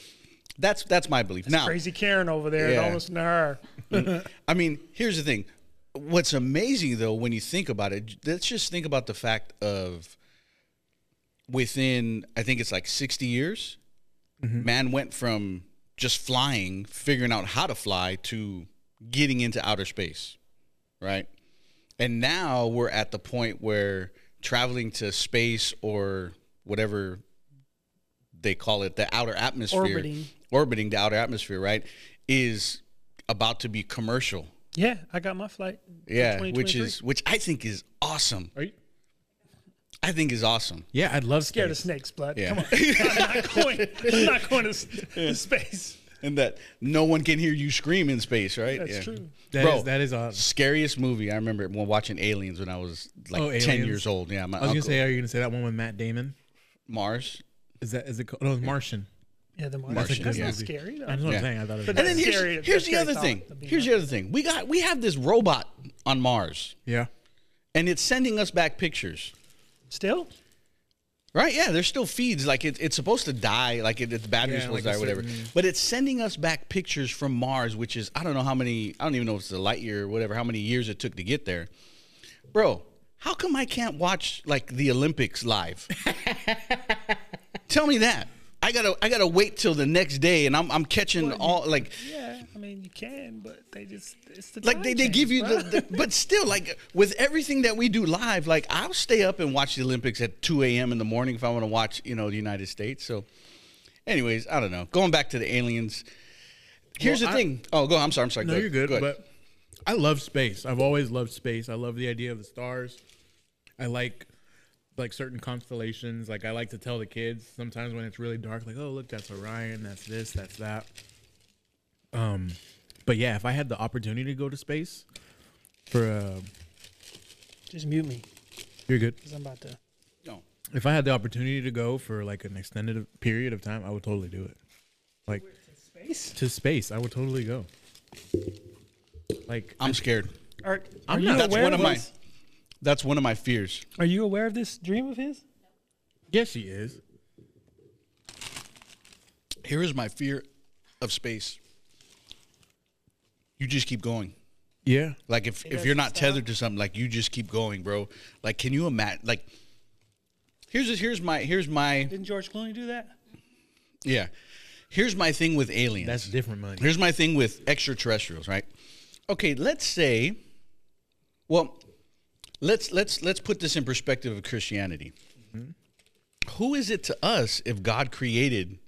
that's that's my belief. now,
Crazy Karen over there.
Oh. Yeah.
Don't listen to her.
I mean, here's the thing. What's amazing though, when you think about it, j- let's just think about the fact of within I think it's like 60 years, man went from just flying, figuring out how to fly, to getting into outer space, right? And now we're at the point where traveling to space or whatever they call it, the outer atmosphere,
Orbiting.
orbiting the outer atmosphere, right, is about to be commercial.
Yeah, I got my flight. for
Yeah, which
2023.
is which I think is awesome.
Are you?
I think is awesome.
Yeah, I'd love
scared of
space.
snakes, blood.
Yeah.
Come on, I'm not going. I'm not going to s- to space.
And that no one can hear you scream in space, right?
That's
Yeah.
true.
That
Bro,
is- that is awesome.
Scariest movie I remember when watching Aliens when I was like
Oh,
ten
Aliens.
years old. Yeah, my
I was
uncle
gonna say, are you gonna say that one with Matt Damon?
Mars.
Is that is it called? No, it's Martian.
Yeah, the Martian.
Martian,
That's
yeah.
not scary. Though.
That's what
Yeah.
I'm saying. I thought it was.
But
And then
That's
here's,
scary-
here's the
scary
other
thought,
thing.
to be
Here's the other thing. We got we have this robot on Mars,
yeah.
and it's sending us back pictures.
Still,
Right? Yeah, there's still feeds. Like it, it's supposed to die. Like it, its battery's
Yeah,
supposed to
like
die,
a
or whatever.
certain-
But it's sending us back pictures from Mars, which is I don't know how many. I don't even know if it's a light year or whatever. How many years it took to get there, bro? How come I can't watch like the Olympics live? Tell me that. I gotta I gotta wait till the next day, and I'm I'm catching all like
yeah. I mean, you can, but they just—it's the
like
time
they, they
change,
give you
bro.
the, the but still like with everything that we do live like i'll stay up and watch the olympics at 2 a.m in the morning if i want to watch you know the united states so anyways i don't know going back to the aliens here's
Well,
the
I-
thing oh go i'm sorry i'm sorry
No,
go
you're good.
go ahead.
But I love space. I've always loved space. I love the idea of the stars. I like like certain constellations. Like I like to tell the kids sometimes when it's really dark, like, oh look, that's Orion, that's this, that's that. Um, but yeah, if I had the opportunity to go to space for uh,
Just mute me,
you're good.
cause I'm about to.
no
If I had the opportunity to go for like an extended period of time, I would totally do it. Like
Space?
to space, I would totally go. Like
i'm scared
Are, are
I'm
you
not-
that's
aware
one
of
of my
this?
that's one of my fears
Are you aware of this dream of his?
yes, she is.
here is my fear of space you just keep going
Yeah.
Like if, if you're not tethered to something, like you just keep going, bro. Like can you imagine? Like here's here's my here's my
Didn't George Clooney do that?
yeah. Here's my thing with aliens.
That's different money.
Here's my thing with extraterrestrials, right? Okay, let's say well, let's let's let's put this in perspective of Christianity.
Mm-hmm.
Who is it to us if God created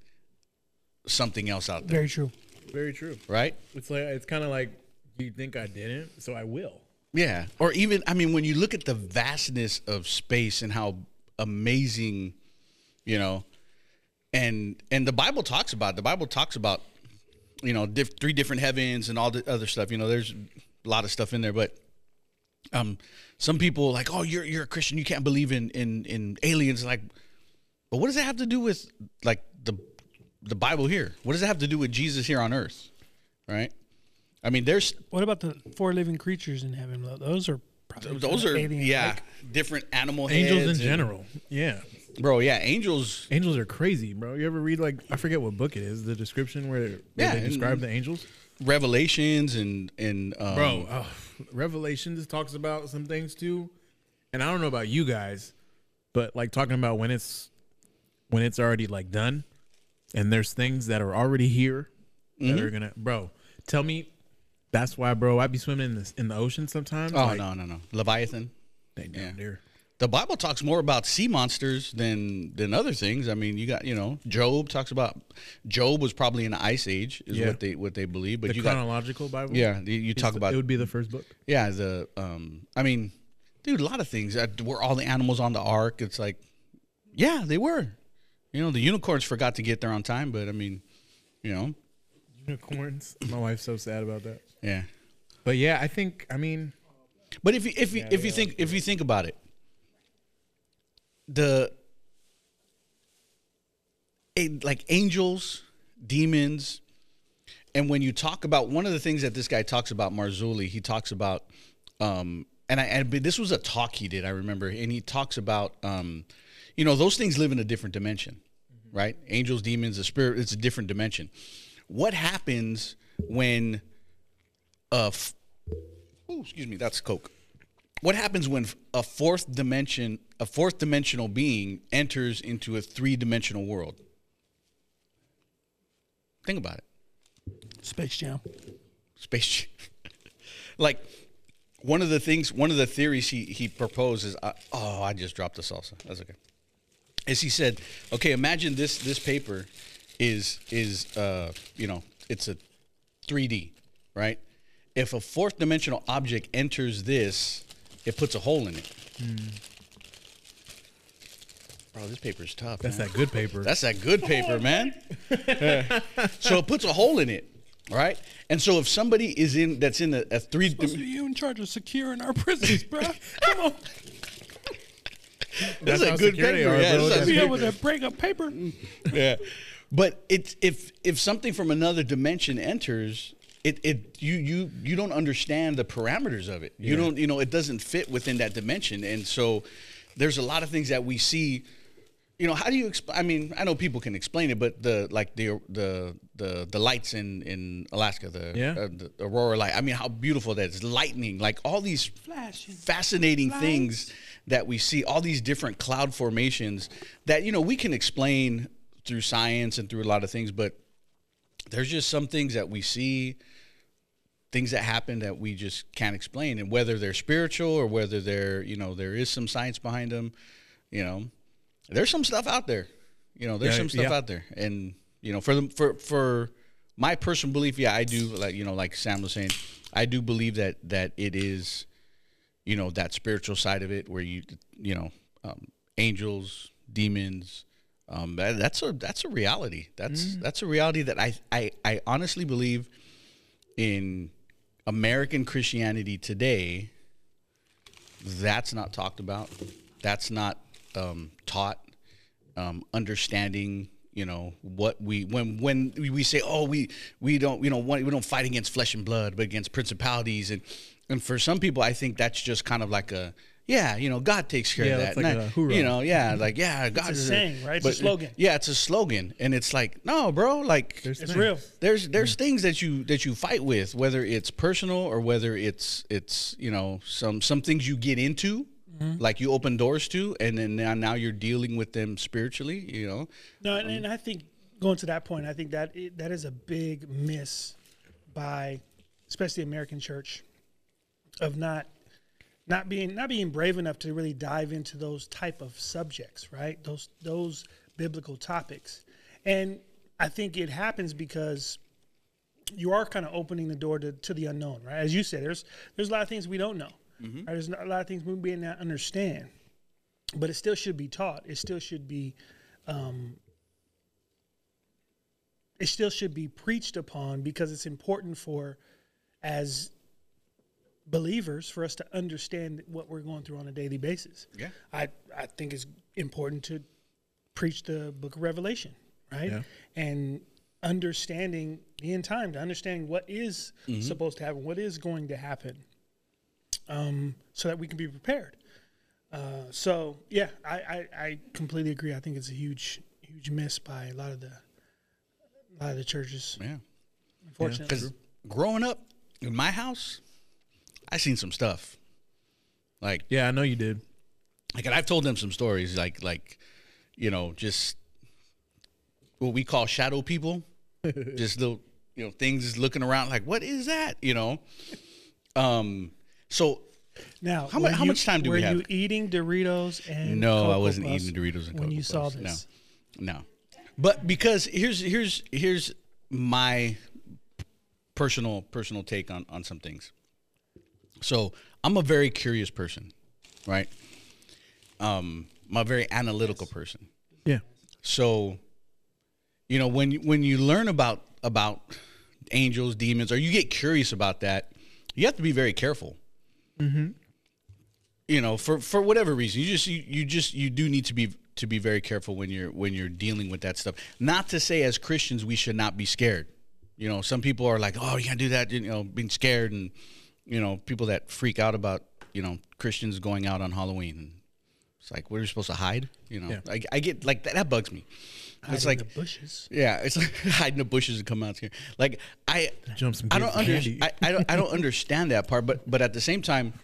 something else out there,
Very true.
Very true.
right?
It's like it's kind of like you think I didn't, so I will.
Yeah. Or even, I mean, when you look at the vastness of space and how amazing, you know, and and the Bible talks about the Bible talks about, you know, diff, three different heavens and all the other stuff. You know, there's a lot of stuff in there, but um, some people like, oh, you're you're a Christian, you can't believe in in in aliens. Like, but what does that have to do with like the the Bible here? What does it have to do with Jesus here on Earth? Right. I mean, there's
What about the four living creatures in heaven? Those are probably
those
kinda
are
alien-like.
yeah different animal
Angels
heads
in
and-
general. Yeah.
bro yeah angels
Angels are crazy, bro. You ever read like I forget what book it is, the description where, where
Yeah,
they
and-
describe the angels?
revelations and and um,
Bro, oh, Revelations talks about some things too. And I don't know about you guys, but like talking about when it's when it's already like done and there's things that are already here
Mm-hmm.
that are gonna, bro. Tell me, that's why, bro. I be swimming in the in the ocean sometimes.
Oh
like,
no, no, no. Leviathan.
they down
yeah.
there.
The Bible talks more about sea monsters than than other things. I mean, you got you know, Job talks about Job was probably in the ice age is
Yeah.
what they what they believe. But
The
you got
chronological Bible.
yeah, you, you
is
talk
the-
about
it would be the first book.
yeah the um. I mean, dude, a lot of things. Uh, Were all the animals on the ark? It's like, yeah, they were. You know, the unicorns forgot to get there on time, but I mean, you know,
Unicorns. My wife's so sad about that.
yeah.
But yeah, I think I mean
But if you if you if you think if you think about it, the a- like angels, demons, and when you talk about one of the things that this guy talks about, Marzulli, he talks about, um, and I and but this was a talk he did, I remember, and he talks about, um, you know, those things live in a different dimension, right? Angels, demons, the spirit, it's a different dimension. What happens when a f- Ooh, excuse me, that's Coke. What happens when a fourth dimension, a fourth dimensional being enters into a three dimensional world? Think about it.
Space Jam.
Space, Jam. like one of the things, one of the theories he he proposes. I, oh, I just dropped the salsa. That's okay. Is he said, okay, imagine this this paper is is uh you know it's a 3D, right? If a fourth dimensional object enters this, it puts a hole in it.
Hmm.
Bro, this paper's tough.
that's
man.
that good paper.
That's that good paper, man. so it puts a hole in it, right? And so if somebody is in that's in a, a three
Supposed to be you in charge of securing our prisons, bro. Come on,
this is
how
a good
security
paper,
are,
yeah, this
bro.
is
That's
a
be
good-
able to break up paper.
yeah. But it's if if something from another dimension enters, it it you you you don't understand the parameters of it. You don't you know it doesn't fit within that dimension, and so there's a lot of things that we see. You know, how do you? Exp- I mean, I know people can explain it, but the like the the the the lights in in Alaska, the
Yeah.
uh, the aurora light. I mean, how beautiful that is! Lightning, like all these
Flashing
fascinating
lights.
things that we see all these different cloud formations that you know we can explain through science and through a lot of things but there's just some things that we see things that happen that we just can't explain and whether they're spiritual or whether they're you know there is some science behind them you know there's some stuff out there you know there's
Yeah,
some stuff
yeah.
out there and you know for them for for my personal belief yeah i do like you know like sam was saying i do believe that that it is you know that spiritual side of it where you you know um, angels demons um, that, that's a that's a reality that's
Mm-hmm.
that's a reality that I, I i honestly believe in american christianity today that's not talked about that's not um, taught um, understanding you know what we when when we- we say oh we we don't we don't want we don't fight against flesh and blood but against principalities and and for some people i think that's just kind of like a yeah you know god takes care
Yeah,
of that
that's like
Nah,
a hoorah.
you know yeah like yeah god
a
is
saying, right? Mm-hmm. It's a slogan.
yeah it's a slogan and it's like no bro like
There's
It's
things.
real.
there's there's things that you that you fight with whether it's personal or whether it's it's you know some some things you get into like you open doors to and then now, now you're dealing with them spiritually you know
No, and, and I think going to that point, I think that i that is a big miss by, especially American church, of not not being not being brave enough to really dive into those type of subjects, right? Those those biblical topics, and I think it happens because you are kind of opening the door to, to the unknown, right? As you said, there's there's a lot of things we don't know. Right? There's not a lot of things we may not understand, but it still should be taught. It still should be um, it still should be preached upon because it's important for as believers for us to understand what we're going through on a daily basis.
Yeah.
I, I think it's important to preach the book of Revelation, right?
Yeah.
And understanding the end time, to understanding what is
Mm-hmm.
supposed to happen, what is going to happen, um, so that we can be prepared. Uh, so yeah, I, I, I completely agree. I think it's a huge, huge miss by a lot of the a lot of the churches,
yeah
unfortunately.
because growing up in my house i seen some stuff like
Yeah, I know you did.
like and I've told them some stories like like you know just what we call shadow people just little you know things looking around like what is that you know um so
Now,
How mu-
were
how much time do we have?
Were you eating Doritos and
no i
Cocoa
wasn't
Puffs
eating doritos and
when
Cocoa
you saw
Puffs.
this?
no no but because here's here's here's my personal personal take on on some things so i'm a very curious person right um i'm a very analytical person
Yeah.
So, you know, when you- when you learn about about angels, demons, or you get curious about that, you have to be very careful. Mm-hmm. You know, for for whatever reason, you just you, you just you do need to be to be very careful when you're when you're dealing with that stuff. Not to say as Christians we should not be scared. You know, some people are like, oh, you can't do that. You know, being scared, and you know, people that freak out about you know Christians going out on Halloween and it's like, what are you supposed to hide? You know, I, I get like that, that bugs me. it's
Hiding in
like,
the bushes.
yeah, it's like hide in the bushes and come out here. Like I,
Jump some
I
kids
don't
for
under,
candy.
I, I don't, I don't understand that part. But, but at the same time,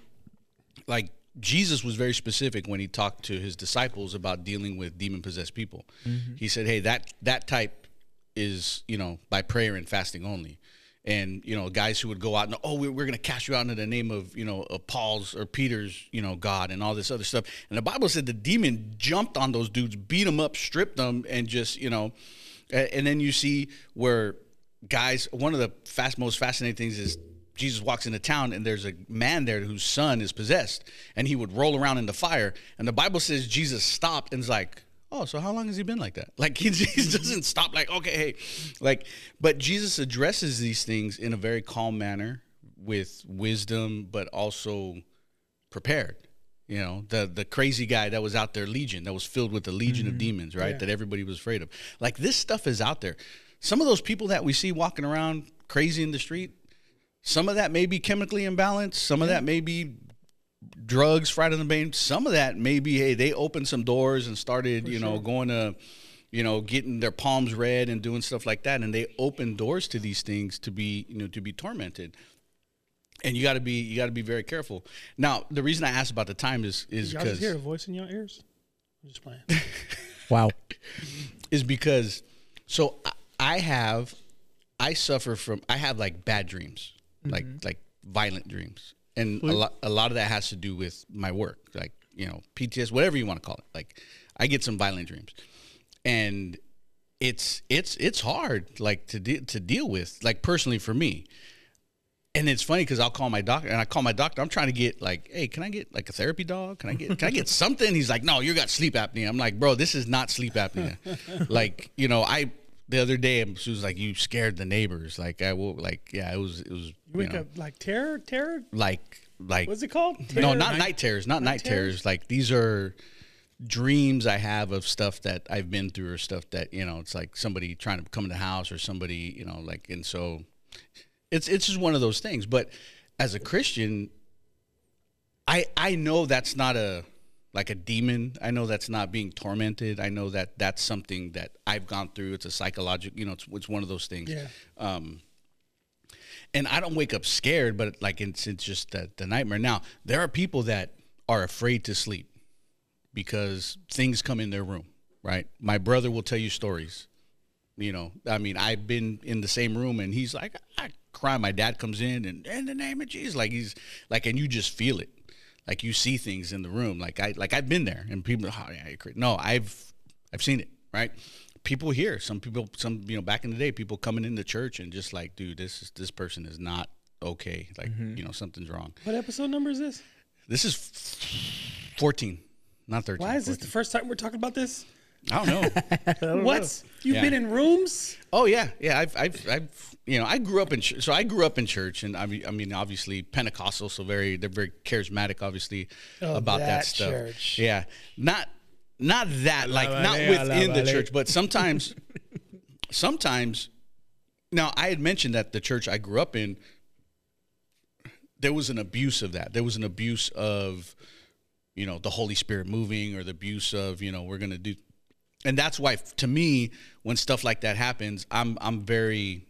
like Jesus was very specific when he talked to his disciples about dealing with demon possessed people. He said, "Hey, that that type is you know by prayer and fasting only." And you know, guys who would go out and oh, we're, we're going to cast you out in the name of you know of Paul's or Peter's you know God and all this other stuff. And the Bible said the demon jumped on those dudes, beat them up, stripped them, and just you know. a- And then you see where guys, one of the fast, most fascinating things is Jesus walks into town and there's a man there whose son is possessed and he would roll around in the fire. And the Bible says Jesus stopped and is like, Oh, so how long has he been like that? Like he just doesn't stop, like, okay, hey. Like, but Jesus addresses these things in a very calm manner with wisdom, but also prepared. You know, the the crazy guy that was out there, Legion, that was filled with the legion of demons, right? That everybody was afraid of. Like this stuff is out there. Some of those people that we see walking around crazy in the street, some of that may be chemically imbalanced, some of that may be drugs, fried in the vein. Some of that may be, hey, they opened some doors and started, you know, going to, you know, getting their palms red and doing stuff like that. And they open doors to these things to be, you know, to be tormented. And you got to be, you got to be very careful. Now, the reason I asked about the time is, is
Did y'all just
because
hear a voice in your ears? I'm just playing.
Wow.
is because so I- I have I suffer from I have like bad dreams, like like violent dreams. And a lot a lot of that has to do with my work, like, you know, PTS, whatever you want to call it. Like I get some violent dreams. And it's it's it's hard like to de- to deal with like personally for me. And it's funny because I'll call my doctor, and I call my doctor. I'm trying to get like, hey, can I get like a therapy dog? Can I get can I get something? He's like, no, you got sleep apnea. I'm like, bro, this is not sleep apnea. like, you know, I the other day um, she was like, you scared the neighbors. Like I will, like yeah, it was it was
You
you
wake
know,
up like terror, terror.
like like
What's it called?
no,
Terror-
not night, terrors, not night, terrors. Like these are dreams I have of stuff that I've been through or stuff that, you know, it's like somebody trying to come in the house or somebody, you know, like and so it's it's just one of those things. But as a Christian, I I know that's not a like a demon. I know that's not being tormented. I know that that's something that I've gone through. It's a psychological, you know, it's, it's one of those things Um,
Yeah.
and I don't wake up scared, but like it's, it's just the, the nightmare. Now there are people that are afraid to sleep because things come in their room, right? My brother will tell you stories. You know, I mean, I've been in the same room, and he's like, I cry. My dad comes in, and in the name of Jesus, like he's like, and you just feel it, like you see things in the room, like I like I've been there, and people, oh yeah, you're crazy. No, I've I've seen it, right? People here, some people, some you know, back in the day, people coming into church and just like, dude, this is this person is not okay, like
Mm-hmm.
you know, something's wrong.
What episode number is this?
This is fourteen, not thirteen.
Why is this the first time we're talking about this?
I don't know.
What? You've
Yeah.
been in rooms?
Oh yeah, yeah. I've, I've, I've, you know, I grew up in ch- so I grew up in church, and I mean, I mean, obviously Pentecostal, so very they're very charismatic, obviously
Oh,
about that,
that
stuff.
church.
Yeah, not not that like not
Alabale,
within the
alabale.
church, but sometimes, sometimes. Now I had mentioned that the church I grew up in, there was an abuse of that. There was an abuse of, you know, the Holy Spirit moving, or the abuse of, you know, we're gonna do and that's why to me when stuff like that happens i'm i'm very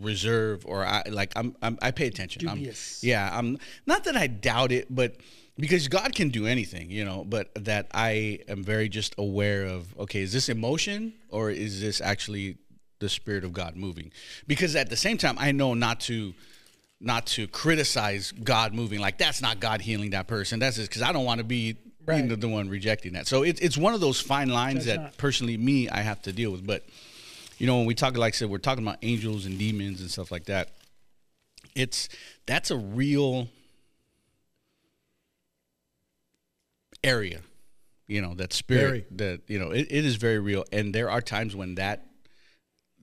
reserved or i like i'm, I'm i pay attention I'm-
Dubious.
yeah i'm not that i doubt it but because god can do anything you know but that i am very just aware of okay is this emotion or is this actually the spirit of God moving. Because at the same time, I know not to not to criticize God moving. Like that's not God healing that person. That's just because I don't want to be
Right.
being the, the one rejecting that. So it, it's one of those fine lines
That's
that
not-
personally me I have to deal with. But you know, when we talk like I said, we're talking about angels and demons and stuff like that. It's that's a real area, you know, that spirit that you know, it, it is very real. And there are times when that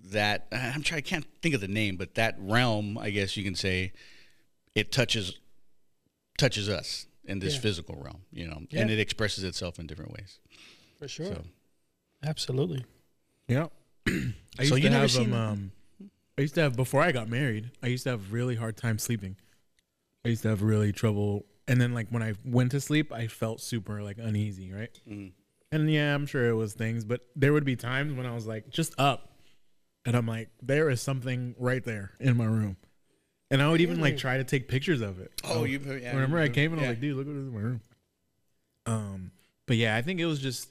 that uh, I'm trying I can't think of the name, but that realm, I guess you can say, it touches touches us in this
Yeah.
physical realm, you know,
Yeah.
and it expresses itself in different ways.
for sure.
So
Absolutely.
Yeah. I used
So
to
you never
have
seen
um,
that?
um, I used to have before I got married. I used to have really hard time sleeping. I used to have really trouble, and then like when I went to sleep, I felt super like uneasy, right?
Mm-hmm.
And yeah, I'm sure it was things, but there would be times when I was like just up, and I'm like, there is something right there in my room, and I would even like try to take pictures of it.
Oh,
I would-
you put- yeah,
remember
you
I
put-
came and I
yeah.
was like, dude, look what is in my room. Um, but yeah, I think it was just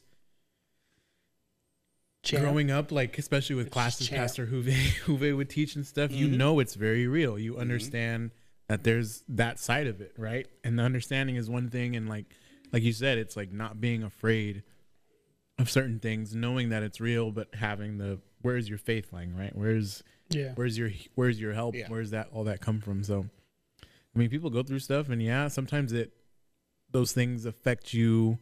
Champ.
growing up, like especially with classes
champ.
Pastor Huve Huve would teach and stuff, you know it's very real. You understand that there's that side of it, right? And the understanding is one thing, and like like you said, it's like not being afraid of certain things, knowing that it's real, but having the where's your faith lying, right? Where's
Yeah.
where's your where's your help
Yeah.
where's that all that come from so i mean people go through stuff and yeah sometimes it those things affect you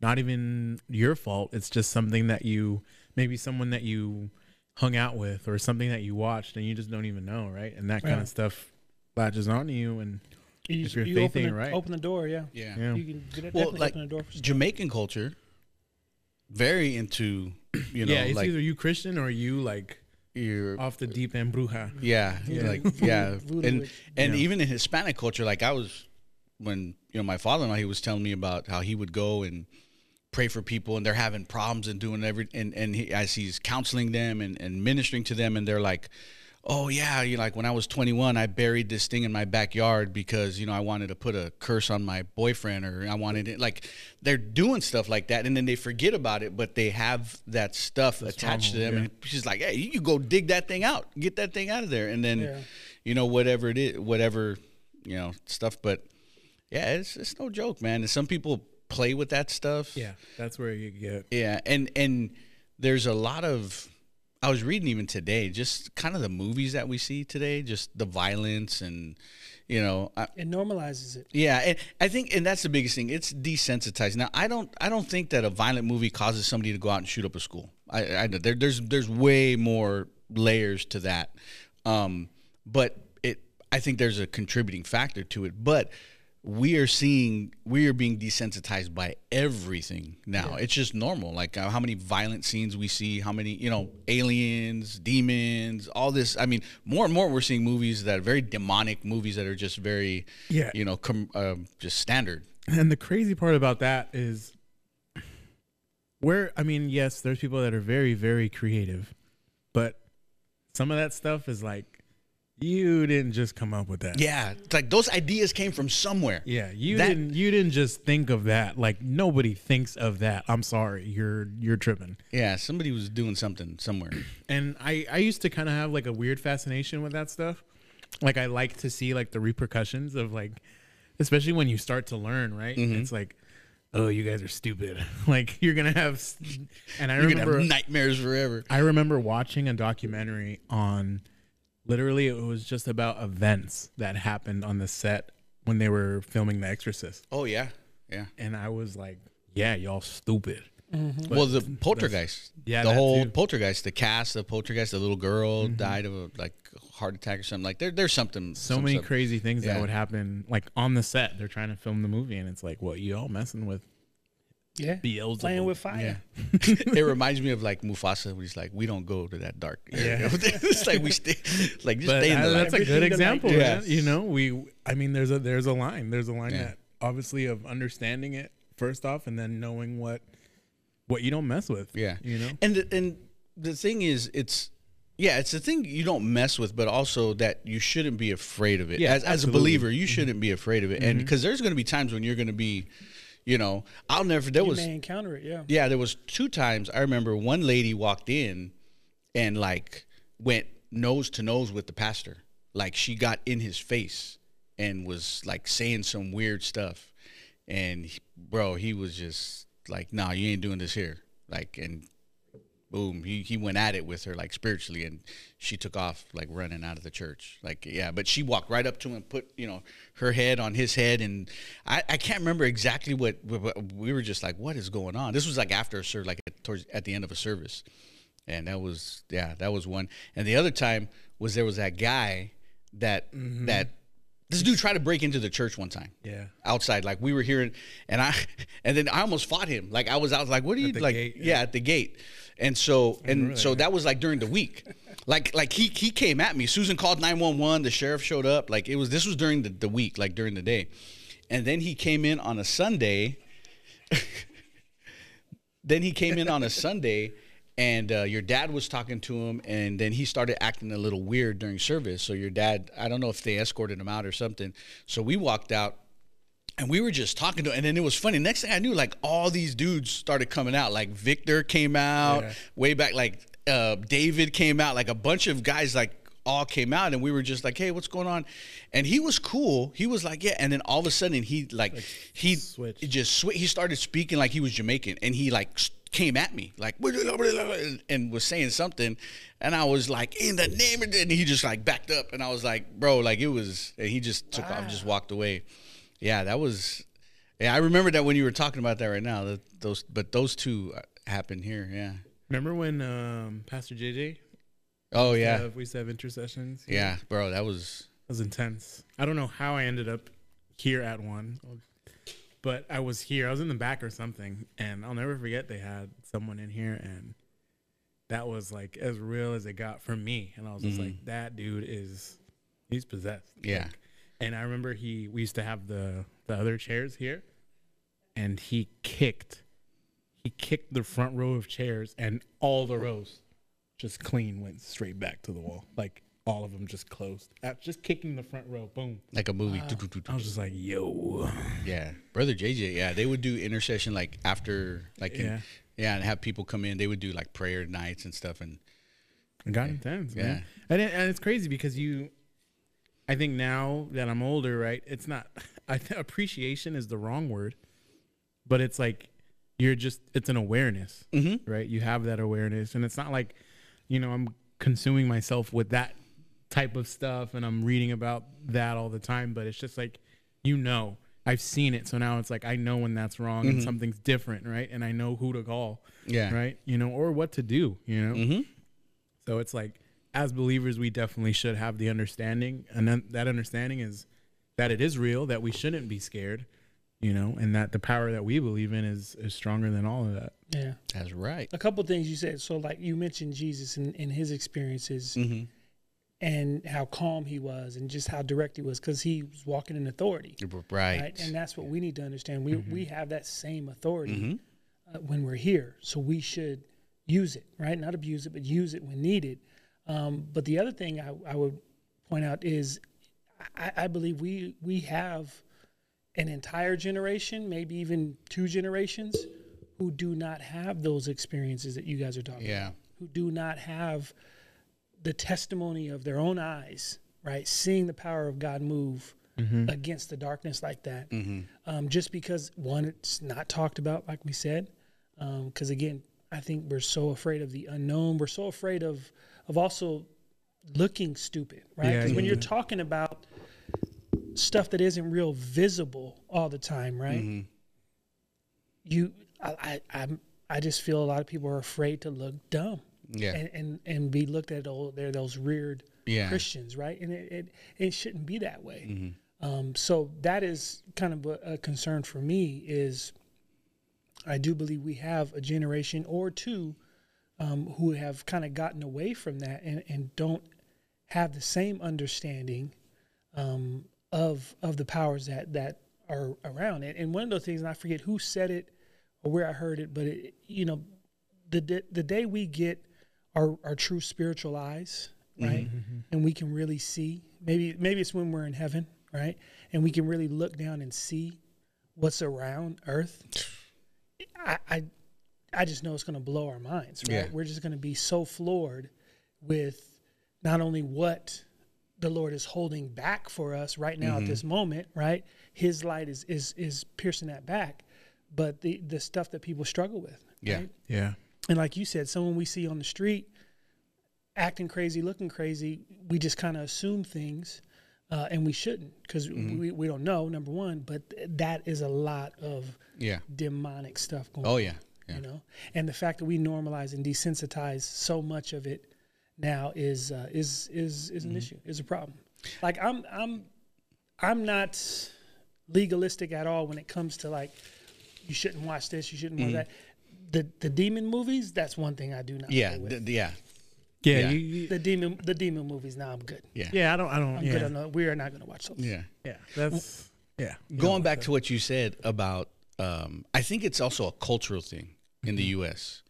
not even your fault it's just something that you maybe someone that you hung out with or something that you watched and you just don't even know right and that kind
Yeah.
of stuff latches on to you and
You,
If your
you
faith
open, the,
ain't right.
open the door, yeah.
yeah.
yeah
You can de-
Well,
definitely
like
open the door for some-
Jamaican culture, very into, you know,
yeah it's
like
either you christian or you like
your
off the deep end bruja
Yeah, like yeah,
voodoo
and
witch.
and
Yeah.
even in Hispanic culture, like I was when you know my father-in-law, he was telling me about how he would go and pray for people, and they're having problems and doing every and and he, as he's counseling them and and ministering to them, and they're like. Oh yeah, you like when I was 21, I buried this thing in my backyard because you know I wanted to put a curse on my boyfriend or I wanted it like they're doing stuff like that and then they forget about it, but they have that stuff attached to them
yeah.
and she's like, "Hey, you go dig that thing out, get that thing out of there," and then,
Yeah.
you know, whatever it is, whatever, you know, stuff. But yeah, it's it's no joke, man. And some people play with that stuff.
yeah that's where you get
yeah, and and there's a lot of. I was reading even today, just kind of the movies that we see today, just the violence and, you know, I,
It normalizes it.
yeah, and I think, and that's the biggest thing. It's desensitized. Now, I don't, I don't think that a violent movie causes somebody to go out and shoot up a school. I, I know there, there's, there's way more layers to that, um, but it, I think there's a contributing factor to it. But we are seeing, we are being desensitized by everything now. It's just normal. Like uh, how many violent scenes we see, how many, you know, aliens, demons, all this. I mean, more and more we're seeing movies that are very demonic movies that are just very
Yeah.
you know, com- um, just standard.
And the crazy part about that is where I mean, yes, there's people that are very, very creative, but some of that stuff is like you didn't just come up with that.
Yeah, it's like those ideas came from somewhere.
Yeah, you
That-
didn't you didn't just think of that. Like nobody thinks of that. I'm sorry. You're you're tripping.
Yeah, somebody was doing something somewhere.
and I I used to kind of have like a weird fascination with that stuff. Like I like to see like the repercussions of like, especially when you start to learn, right?
Mm-hmm.
It's like, oh, you guys are stupid. like you're gonna have, s- and I
You're gonna
remember
have nightmares forever.
I remember watching a documentary on literally it was just about events that happened on the set when they were filming The Exorcist,
Oh yeah, yeah.
and I was like, yeah, y'all stupid.
well, the poltergeist.
yeah,
the
that
whole
too. Mm-hmm.
poltergeist. The cast, the poltergeist. The little girl died of a like heart attack or something. Like there, there's something.
so
some
many
stuff.
crazy things
Yeah.
that would happen like on the set they're trying to film the movie and it's like what you all messing with
Yeah.
Beelzebub.
Playing with fire.
Yeah. it reminds me of like Mufasa when he's like, "We don't go to that dark." Area. it's like we stay, like just
but
stay in
I-
the light.
that's a
Everything
good
that light
example
does.
man.
Yes.
you know we i mean there's a there's a line there's a line
Yeah.
that obviously of understanding it first off and then knowing what what you don't mess with
Yeah,
you know
And the, and the thing is, it's yeah, it's the thing you don't mess with, but also that you shouldn't be afraid of it.
Yeah,
as, as a
absolutely. Mm-hmm.
believer, you shouldn't be afraid of it, and because there's going to be times when you're going to be, you know, I'll never. There
You
was
may encounter it, yeah.
yeah, there was two times I remember one lady walked in and like went nose to nose with the pastor. Like she got in his face and was like saying some weird stuff. And he- bro, he was just like, "Nah, you ain't doing this here." Like and boom, he he went at it with her like spiritually and she took off like running out of the church. Like yeah, but she walked right up to him, put, you know, her head on his head and I, I can't remember exactly what, what we were just like, "What is going on?" This was like after a service like at, towards at the end of a service and that was yeah that was one and the other time was there was that guy that that this dude tried to break into the church one time
Yeah.
outside like we were hearing and i and then i almost fought him like i was out like what are you
the
like
gate,
yeah at the gate and so and so that was like during the week like like he he came at me susan called 911 the sheriff showed up like it was this was during the, the week like during the day and then he came in on a sunday then he came in on a Sunday, and uh, your dad was talking to him, and then he started acting a little weird during service. So your dad, I don't know if they escorted him out or something. So we walked out, and we were just talking to him, and then it was funny. Next thing I knew, like all these dudes started coming out. Like Victor came out way back, like uh, David came out, like a bunch of guys, like. All came out and we were just like, "Hey, what's going on?" And he was cool. He was like, "Yeah." And then all of a sudden, he like, he
switched.
it just sw- he started speaking like he was Jamaican, and he like s- came at me like and- and was saying something, and I was like, in the name of, the-" and he just like backed up, and I was like, bro, like it was, and he just took off, just walked away. Yeah, that was, yeah, I remember that when you were talking about that right now. That those, but those two uh, happened here. Yeah.
Remember when um, Pastor JJ?
Oh yeah,
Uh, we used to have intercessions. It
yeah, bro, that was.
was intense. I don't know how I ended up here at one, but I was here. I was in the back or something, and I'll never forget they had someone in here, and that was like as real as it got for me. And I was just like, that dude is, he's possessed.
Yeah.
Like, and I remember he, we used to have the the other chairs here, and he kicked, he kicked the front row of chairs, and all the rows just clean went straight back to the wall. Like all of them just closed. Uh, Just kicking the front row, boom.
Like a movie,
I was just like, yo.
yeah, brother JJ. Yeah, they would do intercession like after, like in-
Yeah.
yeah, and have people come in. They would do like prayer nights and stuff, and
It got intense, man.
Yeah.
And, it, and it's crazy because you, I think now that I'm older, right? It's not, I th- appreciation is the wrong word, but it's like, you're just, it's an awareness, right? You have that awareness. And it's not like, you know, I'm consuming myself with that type of stuff and I'm reading about that all the time, but it's just like, you know, I've seen it. So now it's like, I know when that's wrong and something's different, right? And I know who to call,
Yeah.
right? You know, or what to do, you know? So it's like, as believers, we definitely should have the understanding, and then that understanding is that it is real, that we shouldn't be scared, you know, and that the power that we believe in is is stronger than all of that.
Yeah.
That's right.
a couple things you said. So, like you mentioned Jesus and, and his experiences
Mm-hmm.
and how calm he was and just how direct he was because he was walking in authority.
Right.
And that's what we need to understand. We, we have that same authority uh, when we're here. So, we should use it, right? Not abuse it, but use it when needed. Um, but the other thing I, I would point out is I, I believe we, we have an entire generation, maybe even two generations, who do not have those experiences that you guys are talking
Yeah.
about, who do not have the testimony of their own eyes, right? Seeing the power of God move
Mm-hmm.
against the darkness like that. Um, just because, one, it's not talked about, like we said. Because again, I think we're so afraid of the unknown. We're so afraid of, of also looking stupid, right?
Yeah,
Because when
yeah,
you're
yeah.
talking about stuff that isn't real visible all the time, right? You, I, I, I'm, I just feel a lot of people are afraid to look dumb
Yeah.
and, and, and be looked at all they're those reared
Yeah.
Christians, right? And it, it, it shouldn't be that way.
Mm-hmm.
Um, so that is kind of a, a concern for me is I do believe we have a generation or two um, who have kind of gotten away from that and, and don't have the same understanding um, of of the powers that that are around it. And one of those things, and I forget who said it or where I heard it, but it, you know, the d- the day we get our our true spiritual eyes, right, and we can really see. Maybe maybe it's when we're in heaven, right, and we can really look down and see what's around Earth. I, I I just know it's going to blow our minds, right?
Yeah.
We're just going to be so floored with not only what the Lord is holding back for us right now
Mm-hmm.
at this moment, right? His light is is is piercing that back, but the the stuff that people struggle with.
Yeah.
right?
Yeah.
And like you said, someone we see on the street acting crazy, looking crazy, we just kind of assume things, uh, and we shouldn't because
Mm-hmm.
we, we don't know. Number one, but th- that is a lot of
Yeah.
demonic stuff going.
Oh
on,
yeah. Yeah.
you know, and the fact that we normalize and desensitize so much of it now is uh, is is is an
Mm-hmm.
issue, is a problem. Like I'm I'm I'm not legalistic at all when it comes to like you shouldn't watch this, you shouldn't watch
Mm-hmm.
that. The the demon movies, that's one thing I do not.
Yeah.
play with.
th- yeah.
Yeah.
Yeah.
you- you-
the demon the demon movies. Now I'm good.
yeah. I don't. I don't.
I'm
yeah.
good. I'm not, we are not going to watch those.
Yeah.
yeah. That's. Yeah.
Going back to what you said about, um, I think it's also a cultural thing in the
Mm-hmm.
U.S.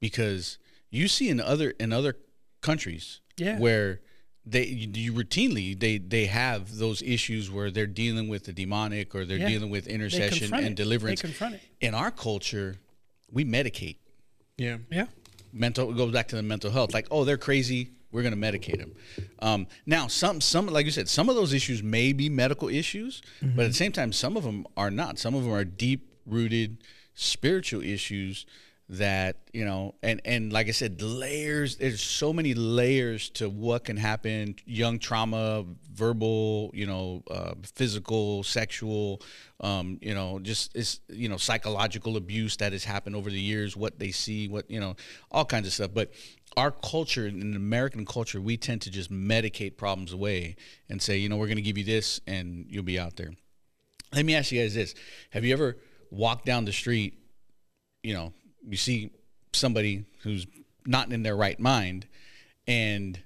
because you see in other in other countries
Yeah.
where they you, you routinely they they have those issues where they're dealing with the demonic or they're
Yeah.
dealing with intercession
confront it.
and
They
deliverance.
confront it.
In our culture, we medicate
Yeah.
Yeah.
mental it goes back to the mental health like oh they're crazy we're going to medicate them um, now some some like you said some of those issues may be medical issues but at the same time some of them are not some of them are deep rooted spiritual issues that you know and and like i said layers there's so many layers to what can happen young trauma verbal you know uh, physical sexual um, you know just it's you know psychological abuse that has happened over the years what they see what you know all kinds of stuff but our culture in american culture we tend to just medicate problems away and say you know we're going to give you this and you'll be out there let me ask you guys this have you ever walked down the street you know you see somebody who's not in their right mind and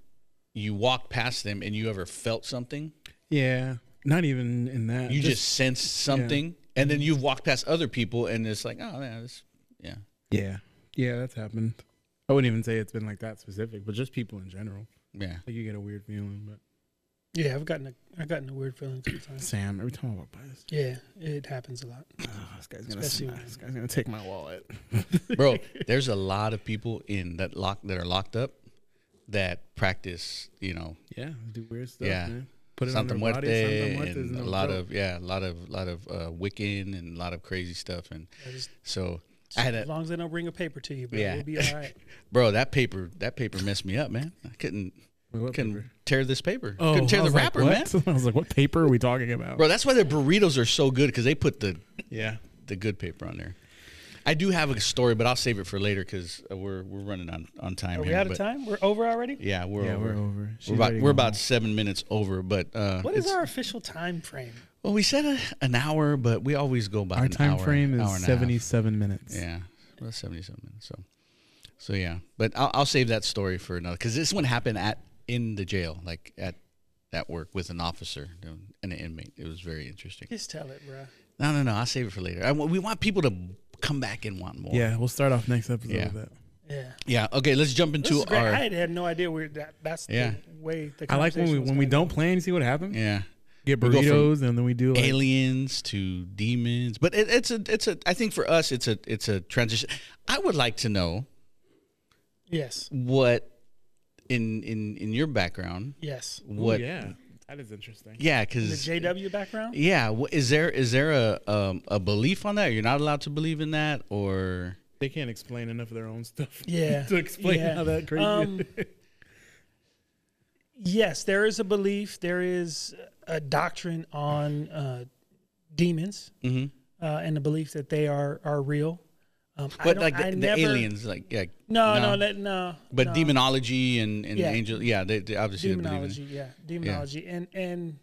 you walk past them and you ever felt something
Yeah. Not even in that.
you just, sensed something and then you've walked past other people and it's like oh man this yeah
Yeah. Yeah. That's happened. I wouldn't even say it's been like that specific, but just people in general.
yeah
Like you get a weird feeling. But
Yeah. I've gotten a I've gotten a weird feeling sometimes.
Sam, every time I walk by this,
Yeah, it happens a lot.
oh, this guy's gonna.
Especially
smash-
when-
This guy's gonna take my wallet.
bro there's a lot of people in that lock that are locked up that practice you know
Yeah. Do weird stuff.
Yeah.
Man. Put it
Santa
on their
Muerte
body. Santa Muerte is
and
no
a lot
joke.
of yeah a lot of lot of uh, Wiccan and a lot of crazy stuff and
I just-
so I had
as
a
long as they don't bring a paper to you, bro,
Yeah.
we'll be all right.
bro that paper that paper messed me up man I couldn't
Wait, what
couldn't
paper?
tear this paper
Oh,
couldn't tear
I
the
was like,
wrapper man
what? I was like, what paper are we talking about?
bro that's why their burritos are so good because they put the
Yeah.
the good paper on there. I do have a story, but I'll save it for later because we're we're running on, on time
Are
here.
we out of
but-
time? We're over already.
Yeah, we're
Yeah,
over.
we're
We're,
over. She's
about
ready to
we're
go
about
home.
seven minutes over, but uh,
What is
it's-
our official time frame?
Well, we said a, an hour, but we always go by
Our
an
time
hour,
frame
hour
is
and a half.
seventy-seven minutes.
Yeah, well, seventy-seven minutes. So, so yeah, but I'll, I'll save that story for another because this one happened at in the jail, like at at work with an officer and an inmate. It was very interesting.
Just tell it, bro.
No, no, no. I'll save it for later. I, we want people to come back and want more.
Yeah, we'll start off next episode
Yeah.
with that.
Yeah.
Yeah. Okay. Let's jump
This
into
is great.
our.
I had, had no idea where that. That's
Yeah.
the way the
I like when we
conversation was
when we
gonna
don't plan, you see what happens.
Yeah.
Get
We go from
burritos and then we do like
Aliens to demons, but it, it's a it's a. I think for us, it's a it's a transition. I would like to know
go. Yes.
what in in in your background.
Yes.
What?
yeah, that is interesting.
Yeah,
The
because
JW background.
yeah, wh- is there is there a um, a belief on that? You're not allowed to believe in that, or
They can't explain enough of their own stuff.
Yeah.
to explain
Yeah.
how that crazy.
Um,
is.
Yes, there is a belief. There is a doctrine on uh, demons
Mhm.
uh, and the belief that they are are real. Um, I
but
don't-
like the,
I
the
never-
aliens, like yeah,
No, no, that, no.
but
no.
demonology and and
Yeah.
angel, yeah, they, they obviously they believe in it.
demonology yeah demonology and and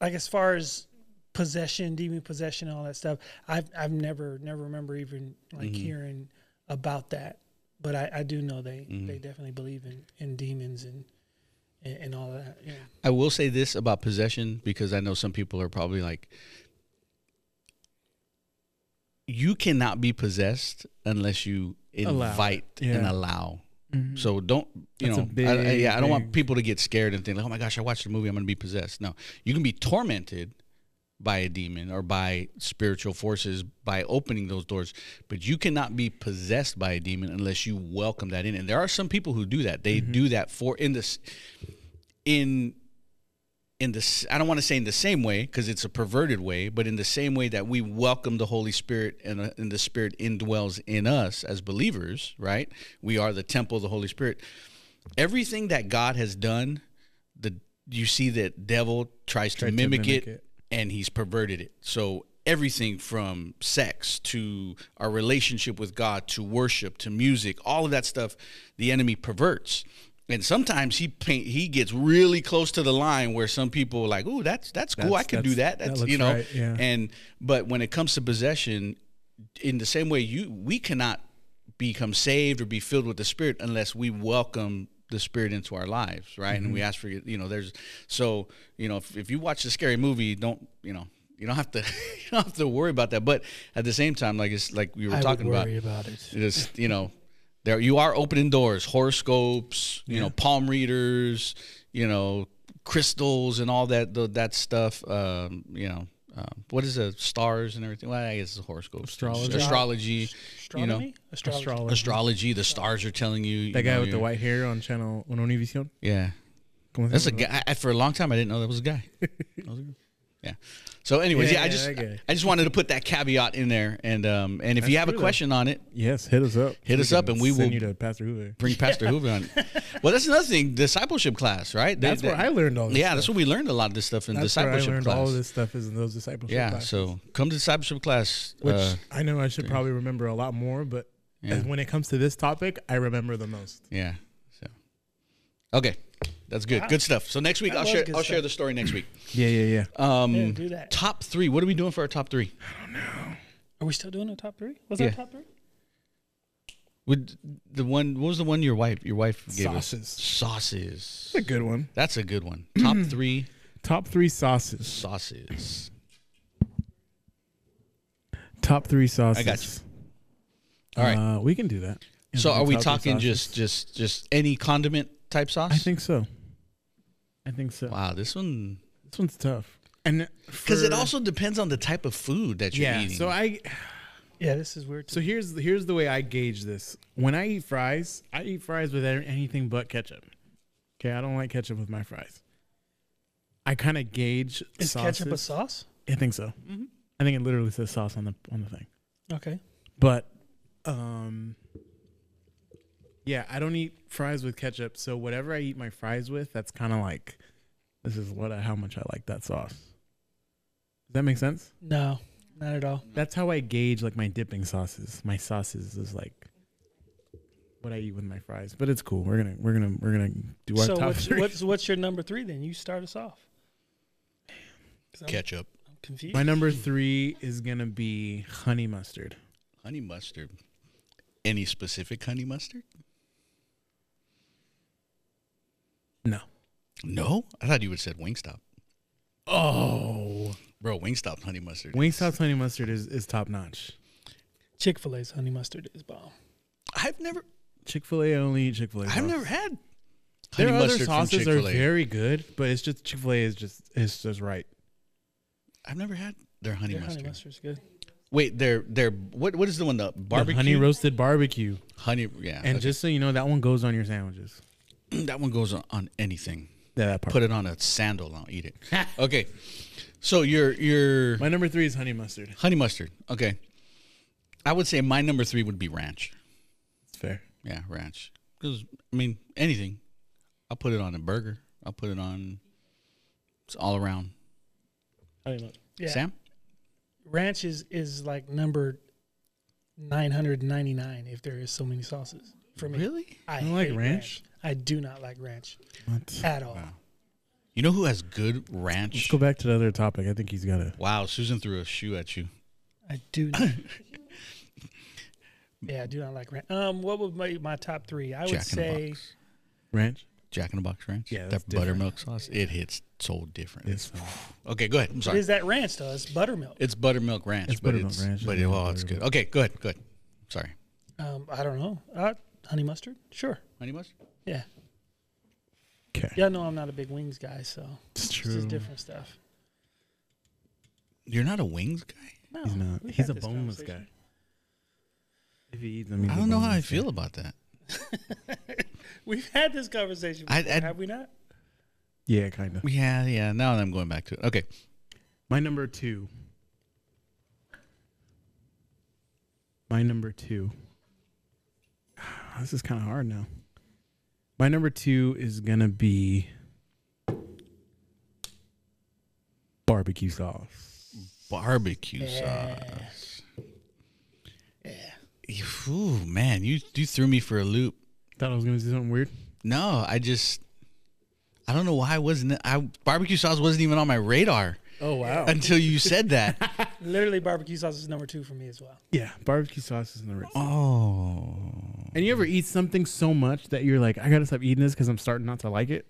like as far as possession demon possession and all that stuff i've i've never never remember even like
Mm-hmm.
hearing about that but i i do know they
Mm-hmm.
they definitely believe in in demons and and, and all that yeah
I will say this about possession because I know some people are probably like, you cannot be possessed unless you
Allow it.
invite and
Yeah.
allow.
Mm-hmm.
So don't you
That's a
know? I- I, yeah, I don't want
big-
people to get scared and think like, "Oh my gosh, I watched a movie, I'm going to be possessed." No, you can be tormented, by a demon or by spiritual forces by opening those doors. But you cannot be possessed by a demon unless you welcome that in. And there are some people who do that.
Mm-hmm.
They do that for in this in in this I don't want to say in the same way because it's a perverted way, but in the same way that we welcome the Holy Spirit and, uh, and the Spirit indwells in us as believers, right? We are the temple of the Holy Spirit. Everything that God has done, the you see that devil tries to
Tried to
mimic,
mimic
it
it.
and he's perverted it. So everything from sex to our relationship with God to worship to music, all of that stuff, the enemy perverts. And sometimes he paint he gets really close to the line where some people are like, "Ooh, that's that's cool.
That's-
I can do
that's-
that."
that
That's
looks
you know.
right, yeah.
And but when it comes to possession, in the same way you we cannot become saved or be filled with the Spirit unless we welcome the Spirit into our lives, right? And
Mm-hmm.
we ask for you know there's so you know if, if you watch a scary movie, don't you know you don't have to you don't have to worry about that. But at the same time, like it's like we were
I
talking
would
about,
worry about it.
just you know there you are opening doors horoscopes you know palm readers you know crystals and all that tho- that stuff um you know um, what is the stars and everything well i guess it's horoscopes
Astrology.
astrology you know
Astrology.
Astrology.
astrology the stars are telling you, you
That guy
know,
with the
you're-
white hair on channel oh on Univision.
yeah
¿Cómo se
that's a
llama?
guy I, for a long time i didn't know that was a guy That was a guy. yeah so anyways yeah,
Yeah,
i
yeah,
just
that guy.
i just wanted to put that caveat in there and um and if you
That's
have a
true, though.
question on it
Yes, hit us up.
Hit us up
can
and we
send
will-
you to Pastor Hoover.
bring Pastor Hoover on. Well, that's another thing, discipleship class, right? They-
That's
they-
where I learned all this.
Yeah,
stuff.
that's what we learned a lot of this stuff in
That's where
discipleship
I learned
class.
all of this stuff is in those discipleship
yeah,
classes.
so come to discipleship class.
which
uh,
I know I should probably remember a lot more, but
Yeah.
as- when it comes to this topic, I remember the most.
yeah. So okay, that's good. Good stuff. So next week
That
I'll
was
share
good
I'll share
stuff.
the story next week.
Yeah, yeah, yeah.
Um,
Yeah, do that.
top three. What are we doing for our top three?
Are we still doing a top three? Was
Yeah.
that top three?
Would the one? What was the one your wife your wife gave us?
Sauces.
Sauces.
That's a good one.
That's a good one. Top three
Top three sauces.
sauces.
Top three sauces.
I got All right.
Uh, we can do that. Yeah,
so are we
top
talking
three sauces.
just just just any condiment type sauce?
I think so. I think so.
Wow, this one
This one's tough. And
because it
for-
also depends on the type of food that you're
yeah.
eating.
So I
Yeah, this is weird.
so here's here's the way I gauge this. When I eat fries, I eat fries with anything but ketchup. Okay, I don't like ketchup with my fries. I kind of gauge
is ketchup a
sauces.
sauce?
I think so. I think it literally says sauce on the on the thing.
Okay.
But um yeah, I don't eat fries with ketchup, so whatever I eat my fries with, that's kind of like this is what I, how much I like that sauce. Does that make sense?
No, not at all.
That's how I gauge like my dipping sauces. My sauces is like what I eat with my fries, but it's cool. We're gonna we're gonna we're gonna do our
so
top
what's,
three.
what's what's your number three then? You start us off. 'Cause I'm-
ketchup,
I'm confused.
My number three is gonna be honey mustard.
honey mustard. Any specific honey mustard?
No.
No, I thought you would have said Wingstop,
Oh,
bro. Wingstop honey mustard.
Wingstop's honey mustard is, is top notch.
Chick Fil A's honey mustard is bomb.
I've never,
Chick Fil A only eat Chick Fil A.
I've never had
Their
honey
other
mustard from
sauces are
Chick-fil-A.
very good, but it's just Chick Fil A is just it's just right.
I've never had their honey
Their honey
mustard.
mustard's good.
Wait, their their what what is the one the
The
barbecue
honey roasted barbecue,
Honey, yeah,
and just so you know, that one goes on your sandwiches.
just that one goes on, on anything.
Yeah, that part.
Put it on a sandal, and I'll eat it. okay, so your your
My number three is honey mustard.
honey mustard. Okay, I would say my number three would be ranch.
It's fair.
Yeah, ranch. Because I mean, anything. I'll put it on a burger. I'll put it on. It's all around.
Yeah.
Sam,
Ranch is is like number nine hundred ninety nine if there is so many sauces for me.
really?
I
You don't like
hate
ranch?
I do not like ranch
Let's,
at all.
You know who has good
let's
ranch?
go back to the other topic. I think he's got a.
Wow, Susan threw a shoe at you.
I do. Not. yeah, I do not like ranch. Um, what would my my top three? I would
Jack in the
say
box.
Ranch?
Jack in the box ranch.
Yeah, that's
that buttermilk sauce. It hits so different.
Yes. um,
Okay, go ahead. I'm
it
sorry.
is that ranch though. It's buttermilk.
It's buttermilk ranch,
It's
but
buttermilk
it's
ranch,
but
yeah,
it, oh, it's good.
buttermilk.
Okay, go ahead. Good. Sorry.
Um, I don't know. Uh, honey mustard? Sure.
Honey mustard.
Yeah.
Okay.
Yeah, no, I'm not a big wings guy, so
It's
it's
true.
just different stuff.
You're not a wings guy.
No,
He's not.
we've
He's
had
a
this
boneless
conversation.
guy. If he eats them, he's
I
a
don't know how I
boneless guy.
feel about that.
We've had this conversation. Before,
I- I-
have we not?
Yeah, kind of.
Yeah, yeah. Now I'm going back to it. Okay,
My number two. My number two. This is kind of hard now. My number two is gonna be barbecue sauce.
barbecue sauce. Yeah. Ooh, man, you you threw me for a loop.
Thought I was gonna do something weird.
No, I just I don't know why I wasn't I barbecue sauce wasn't even on my radar
Oh wow.
until you said that.
Literally, barbecue sauce is number two for me as well.
yeah, barbecue sauce is number.
oh.
And you ever eat something so much that you're like, I gotta stop eating this because I'm starting not to like it.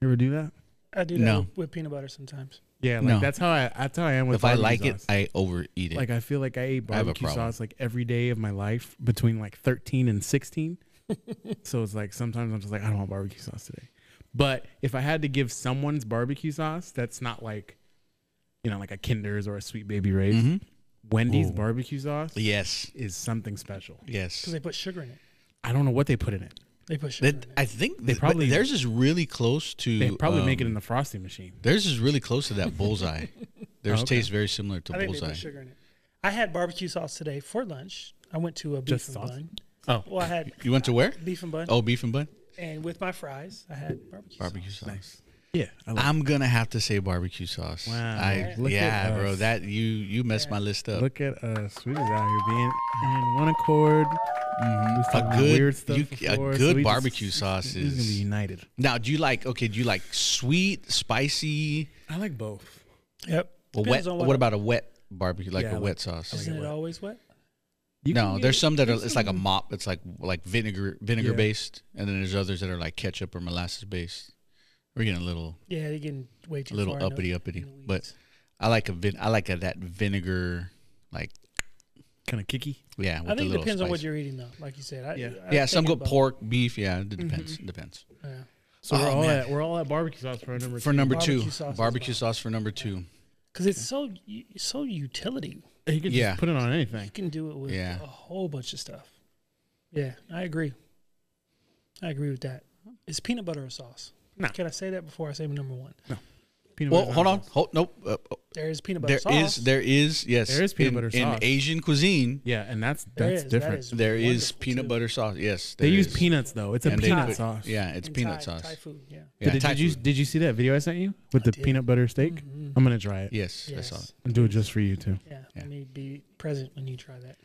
You ever do that?
I do that
No.
with, with peanut butter sometimes.
Yeah, like
No.
that's how I. That's how I am with.
If I
barbecue
like
sauce.
it, I overeat it.
Like I feel like I ate
I have a
barbecue
problem.
sauce like every day of my life between like 13 and 16. so it's like sometimes I'm just like I don't want barbecue sauce today. But if I had to give someone's barbecue sauce, that's not like, you know, like a Kinder's or a Sweet Baby Ray's.
Mhm.
Wendy's
Ooh.
barbecue sauce
Yes.
is something special.
Because
Yes.
they put sugar in it.
I don't know what they put in it.
They put sugar
That
in it.
I think they
probably-
probably theirs is really close to
They probably make it in
um,
the frosting machine.
Theirs is really close to that bullseye. theirs
Oh, okay.
tastes very similar to
I think they
bullseye.
put sugar in it. I had barbecue sauce today for lunch. I went to a beef
Just
and
sauce?
bun.
Oh.
Well, I had
You went to where?
beef and bun,
Oh, beef and bun?
and with my fries, I had barbecue.
Barbecue
sauce.
sauce.
Yeah, I like
I'm gonna have to say barbecue sauce.
Wow.
I,
Look at
yeah, bro.
us.
That you you messed my list up.
Look at us. We just out here being in one accord. We talked about
Mm-hmm. a good
weird stuff
you-
before,
a
so
good
we just-
barbecue sauce
we're gonna be
is
united.
now. Do you like okay? Do you like sweet, spicy,
I like both.
a
Yep.
wet?
Depends on
What, about a wet barbecue? Like
Yeah, I
a
like-
wet sauce?
Isn't
like
it
it wet.
always wet?
You
no,
can
there's
get-
some that are it's like a mop. It's like like vinegar vinegar
Yeah.
based, and then there's others that are like ketchup or molasses based. We're getting a little.
Yeah, they're getting way too
A little
far in the-
uppity, uppity,
in the
but-
weeds.
I like a vin. I like a, that vinegar. Like
kind of kicky.
yeah, with
I think
a
it
little
depends on what
spice.
you're eating, though. Like you said, I,
Yeah.
I
Yeah, some
think
go
about-
pork, beef. Yeah, it
Mm-hmm.
depends. Depends.
Yeah.
So we're
Oh,
all
man.
at we're all at barbecue sauce for our number
For
two.
number
Barbecue
two,
sauce as
barbecue
well.
sauce for number two.
because it's so u- so utility.
You can
Yeah.
just put it on
You
anything.
can do it with
Yeah.
a whole bunch of stuff. Yeah, I agree. I agree with that. Is peanut butter a sauce?
No.
Can I say that before I say my number one?
Peanut
Well,
butter's
hold
not
on.
sauce.
Hold nope. Uh, uh,
There is peanut butter
There is,
sauce.
there is yes
There is peanut
in,
butter
in
sauce.
Asian cuisine
Yeah, and that's
There
that's
is. That
different.
is
there is
wonderful,
peanut
too.
butter sauce yes
they
there
use
is.
peanuts though. It's a
And they
peanut
put-
sauce.
yeah it's
And
peanut
Thai,
sauce
Thai food. Yeah.
yeah
did,
Thai
did you
food.
did you see that video I Mm-hmm. sent you with the
did.
peanut butter steak?
Mhm.
I'm gonna try it.
yes, I saw
Yes.
it
I'll do it just for you too.
Yeah.
Yeah.
Let me be present when you try that.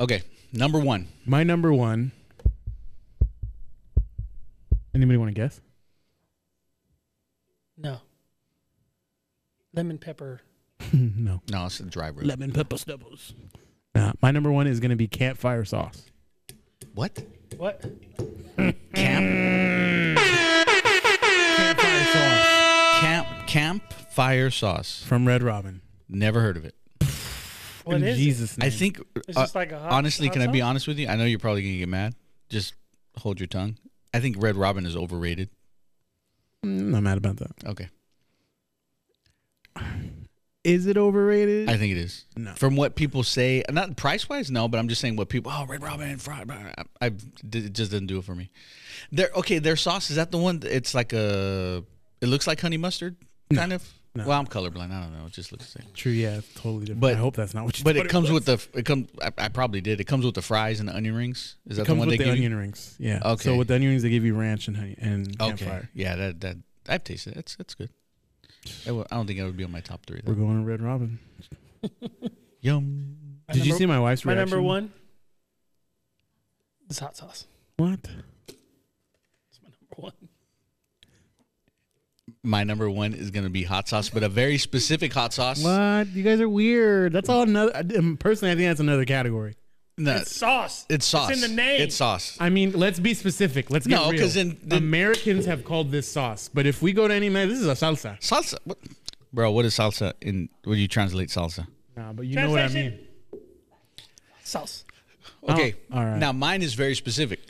okay number one
My number one. Anybody want to guess?
No. Lemon pepper.
no.
no it's the dry rub
Lemon pepper stubbles. Nah, my number one is gonna be campfire sauce.
what
What?
camp
Campfire sauce
camp camp fire sauce
from Red Robin.
never heard of it
What
In
is? it?
Jesus'
I
name.
think
It's
uh,
just like a hot.
honestly
hot
can I be
sauce?
honest with you I know you're probably gonna get mad just hold your tongue I think Red Robin is overrated
Mm, I'm mad about that.
okay
Is it overrated?
I think it is
no.
from what people say not price wise no but i'm just saying what people oh red robin fried blah, blah, blah. i it just doesn't do it for me their okay their sauce is that the one that it's like a it looks like honey mustard kind of
No.
well i'm colorblind i don't know it just looks the same
True. Yeah. it's Totally different.
But-
I hope that's not what you.
but
thought
it comes
was.
with the it comes I, I probably did it comes with the fries and the onion rings is that
It comes
the one
with
they
the
give
onion rings. Yeah. So
Okay.
with the onion rings, they give you ranch and honey and
you okay
campfire.
yeah that that i've tasted it it's it's good It wa- i don't think it would be on my top three
We're
though.
going to Red Robin.
yum
My
Did you
number-
see my wife's
my
reaction?
number one? It's hot sauce.
What?
It's my number one.
my number one is going to be hot sauce but a very specific hot sauce
What? You guys are weird. That's all another. I- um, Personally, I think that's another category.
No,
It's sauce.
It's sauce.
It's in the name.
It's sauce.
I mean, let's be specific. Let's get
No,
real.
'cause then- then-
Americans have called this sauce, but if we go to any man, this is a salsa.
Salsa. What? Bro, what is salsa in what do you translate salsa?
Nah, but you know what I mean.
Translation. Sauce.
Okay.
all right.
Now mine is very specific.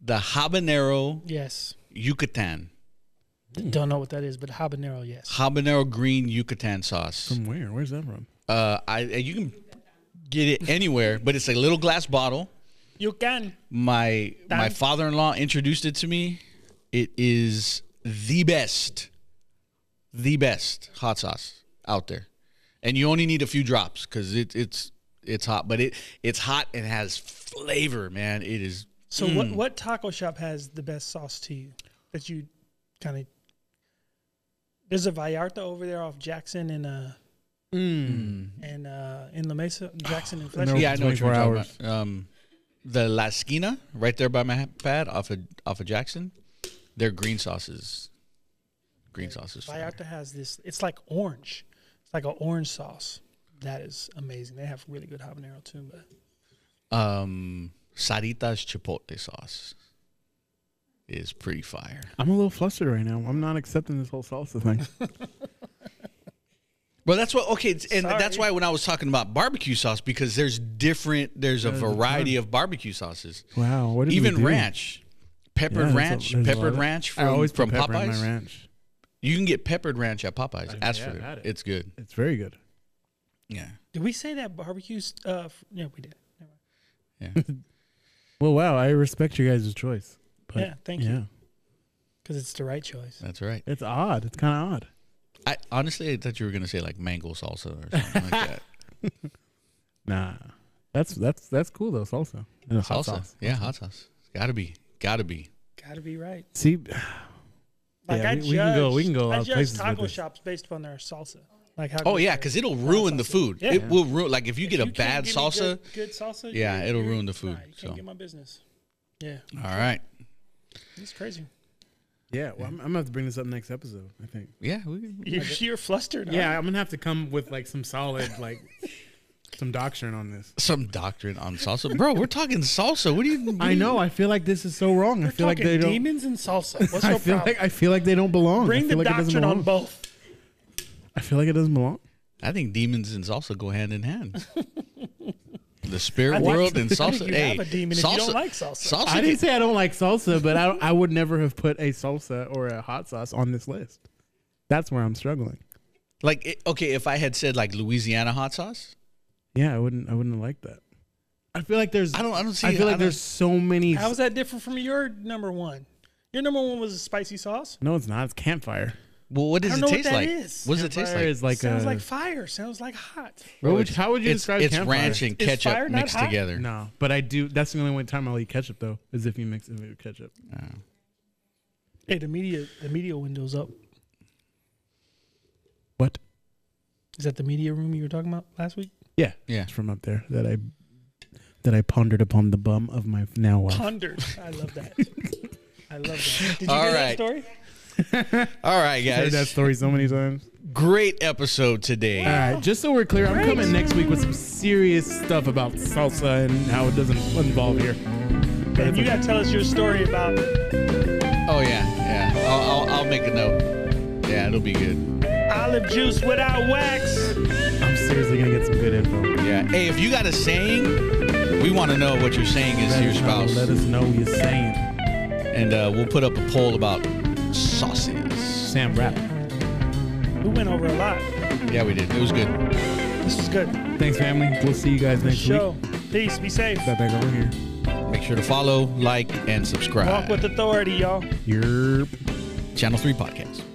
The habanero
Yes.
Yucatan
D- Don't know what that is, but habanero, yes.
Habanero green Yucatan sauce.
From where? Where's that from?
Uh, I you can get it anywhere, but it's a little glass bottle.
You can.
My my
Dan?
father-in-law introduced it to me. It is the best, the best hot sauce out there, and you only need a few drops because it, it's it's hot, but it it's hot and has flavor, man. It is
So what what taco shop has the best sauce to you that you kind of There's a Vallarta over there off Jackson and uh and uh in La Mesa, Jackson and Fletcher.
They're
yeah, I know what you're
24
talking
hours.
about. Um, the La Esquina, right there by my pad, off of off of Jackson, their green sauces, green sauces.
Vallarta has this it's like orange. It's like an orange sauce. That is amazing. They have really good habanero too, but
Um, Sarita's chipotle sauce is pretty fire.
I'm a little flustered right now. I'm not accepting this whole salsa thing.
Well, that's what okay, it's- and that's
Sorry.
why when I was talking about barbecue sauce, because there's different, there's a
There's a
variety of barbecue sauces,
wow. What did we
even
do?
ranch,
Yeah,
peppered
there's a-
ranch,
there's a lot
peppered
of-
ranch
I
from,
always put
from
pepper in my
Popeyes.
ranch.
You can get peppered ranch at Popeyes. Ask
yeah,
for
I've had
it.
it.
It's good.
It's very good.
Yeah.
did we say that barbecue s- uh f- yeah, we did. Never mind.
Yeah.
Well, wow. I respect your guys' choice. But
yeah, thank you.
yeah.
Because it's the right choice.
That's right.
It's odd. It's kind of odd.
I honestly I thought you were gonna say like mango salsa or something like that.
Nah. That's that's that's cool though. Salsa. And a
Salsa,
hot sauce.
yeah, hot sauce. Gotta be, gotta be.
Gotta be right.
See,
Like
Yeah,
I
we-
judge,
we can go- we can go a lot
I
of
judge
places with
taco
this.
shops based upon their salsa. Like how
Oh
good
yeah,
their-
because it'll
hot
ruin the
sauce is.
food.
Yeah.
It will ruin. Like if you
If
get a
you can't
bad
give me
salsa.
good, good salsa.
yeah,
you're-
it'll
you're-
ruin the
Nah,
food,
you
so.
can't get my business. Yeah,
All right.
it's crazy.
yeah. Well, I'm, I'm gonna have to bring this up next episode. I think.
Yeah. We can,
You're, you're flustered. huh?
Yeah, I'm gonna have to come with like some solid like some doctrine on this.
some doctrine on salsa, bro. We're talking salsa. What do you?
I know. I feel like this is so wrong. I
We're
feel like
talking
they don't.
demons and salsa. What's
I
your
feel
problem?
like I feel like they don't belong. I
Bring the
feel like it doesn't
doctrine on
belong.
both.
I feel like it doesn't belong.
I think demons and salsa go hand in hand. the spirit
think-
world and
I think
salsa.
you
hey,
have a demon if you
salsa,
don't like salsa.
Salsa.
I didn't say I don't like salsa, but I I would never have put a salsa or a hot sauce on this list. That's where I'm struggling.
like it, okay, if I had said like Louisiana hot sauce,
Yeah, I wouldn't. I wouldn't have liked that. I feel like there's.
I don't. I don't see.
I feel like
don't-
there's so many.
How is that different from your number one? Your number one was a spicy sauce.
no, it's not. It's campfire.
Well, what does
I
it
don't know what
taste
that
like?
is.
What does it taste
Fire
like?
is like
sounds
a.
like fire. Sounds like hot.
What would-
it's-
how would you
it's,
describe
It's
campfire?
ranch and
Is
ketchup
fire not
mixed
hot?
together.
no, but I do. That's the only one time I'll eat ketchup though, is if you mix it with ketchup.
Hey, the media, the media window's up.
What?
Is that the media room you were talking about last week?
Yeah,
Yeah.
it's from up there that I that I pondered upon the bum of my now wife.
Pondered. I love that. I love that. Did you
All
hear
right.
that story?
All right,
I've heard that
guys.
story so many times.
Great episode today.
All right, just so we're clear, I'm coming next week with some serious stuff about salsa and how it doesn't involve here. But
And
it's
you
okay.
gotta tell us your story about
Oh yeah, yeah. I'll, I'll, I'll make a note. Yeah, it'll be good.
olive juice without wax.
I'm seriously gonna get some good info.
Yeah. Hey, if you got a saying, we want to know what you're saying is to your spouse,
Let us know what you're saying.
and uh, we'll put up a poll about sauces.
Sam Rap.
We went over a lot.
Yeah, we did. It was good.
This was good.
Thanks, family. We'll see you guys next
Show.
week.
Peace. Be safe.
Back back over here.
Make sure to follow, like, and subscribe.
Walk with authority, y'all.
Yerp.
Channel Three Podcast.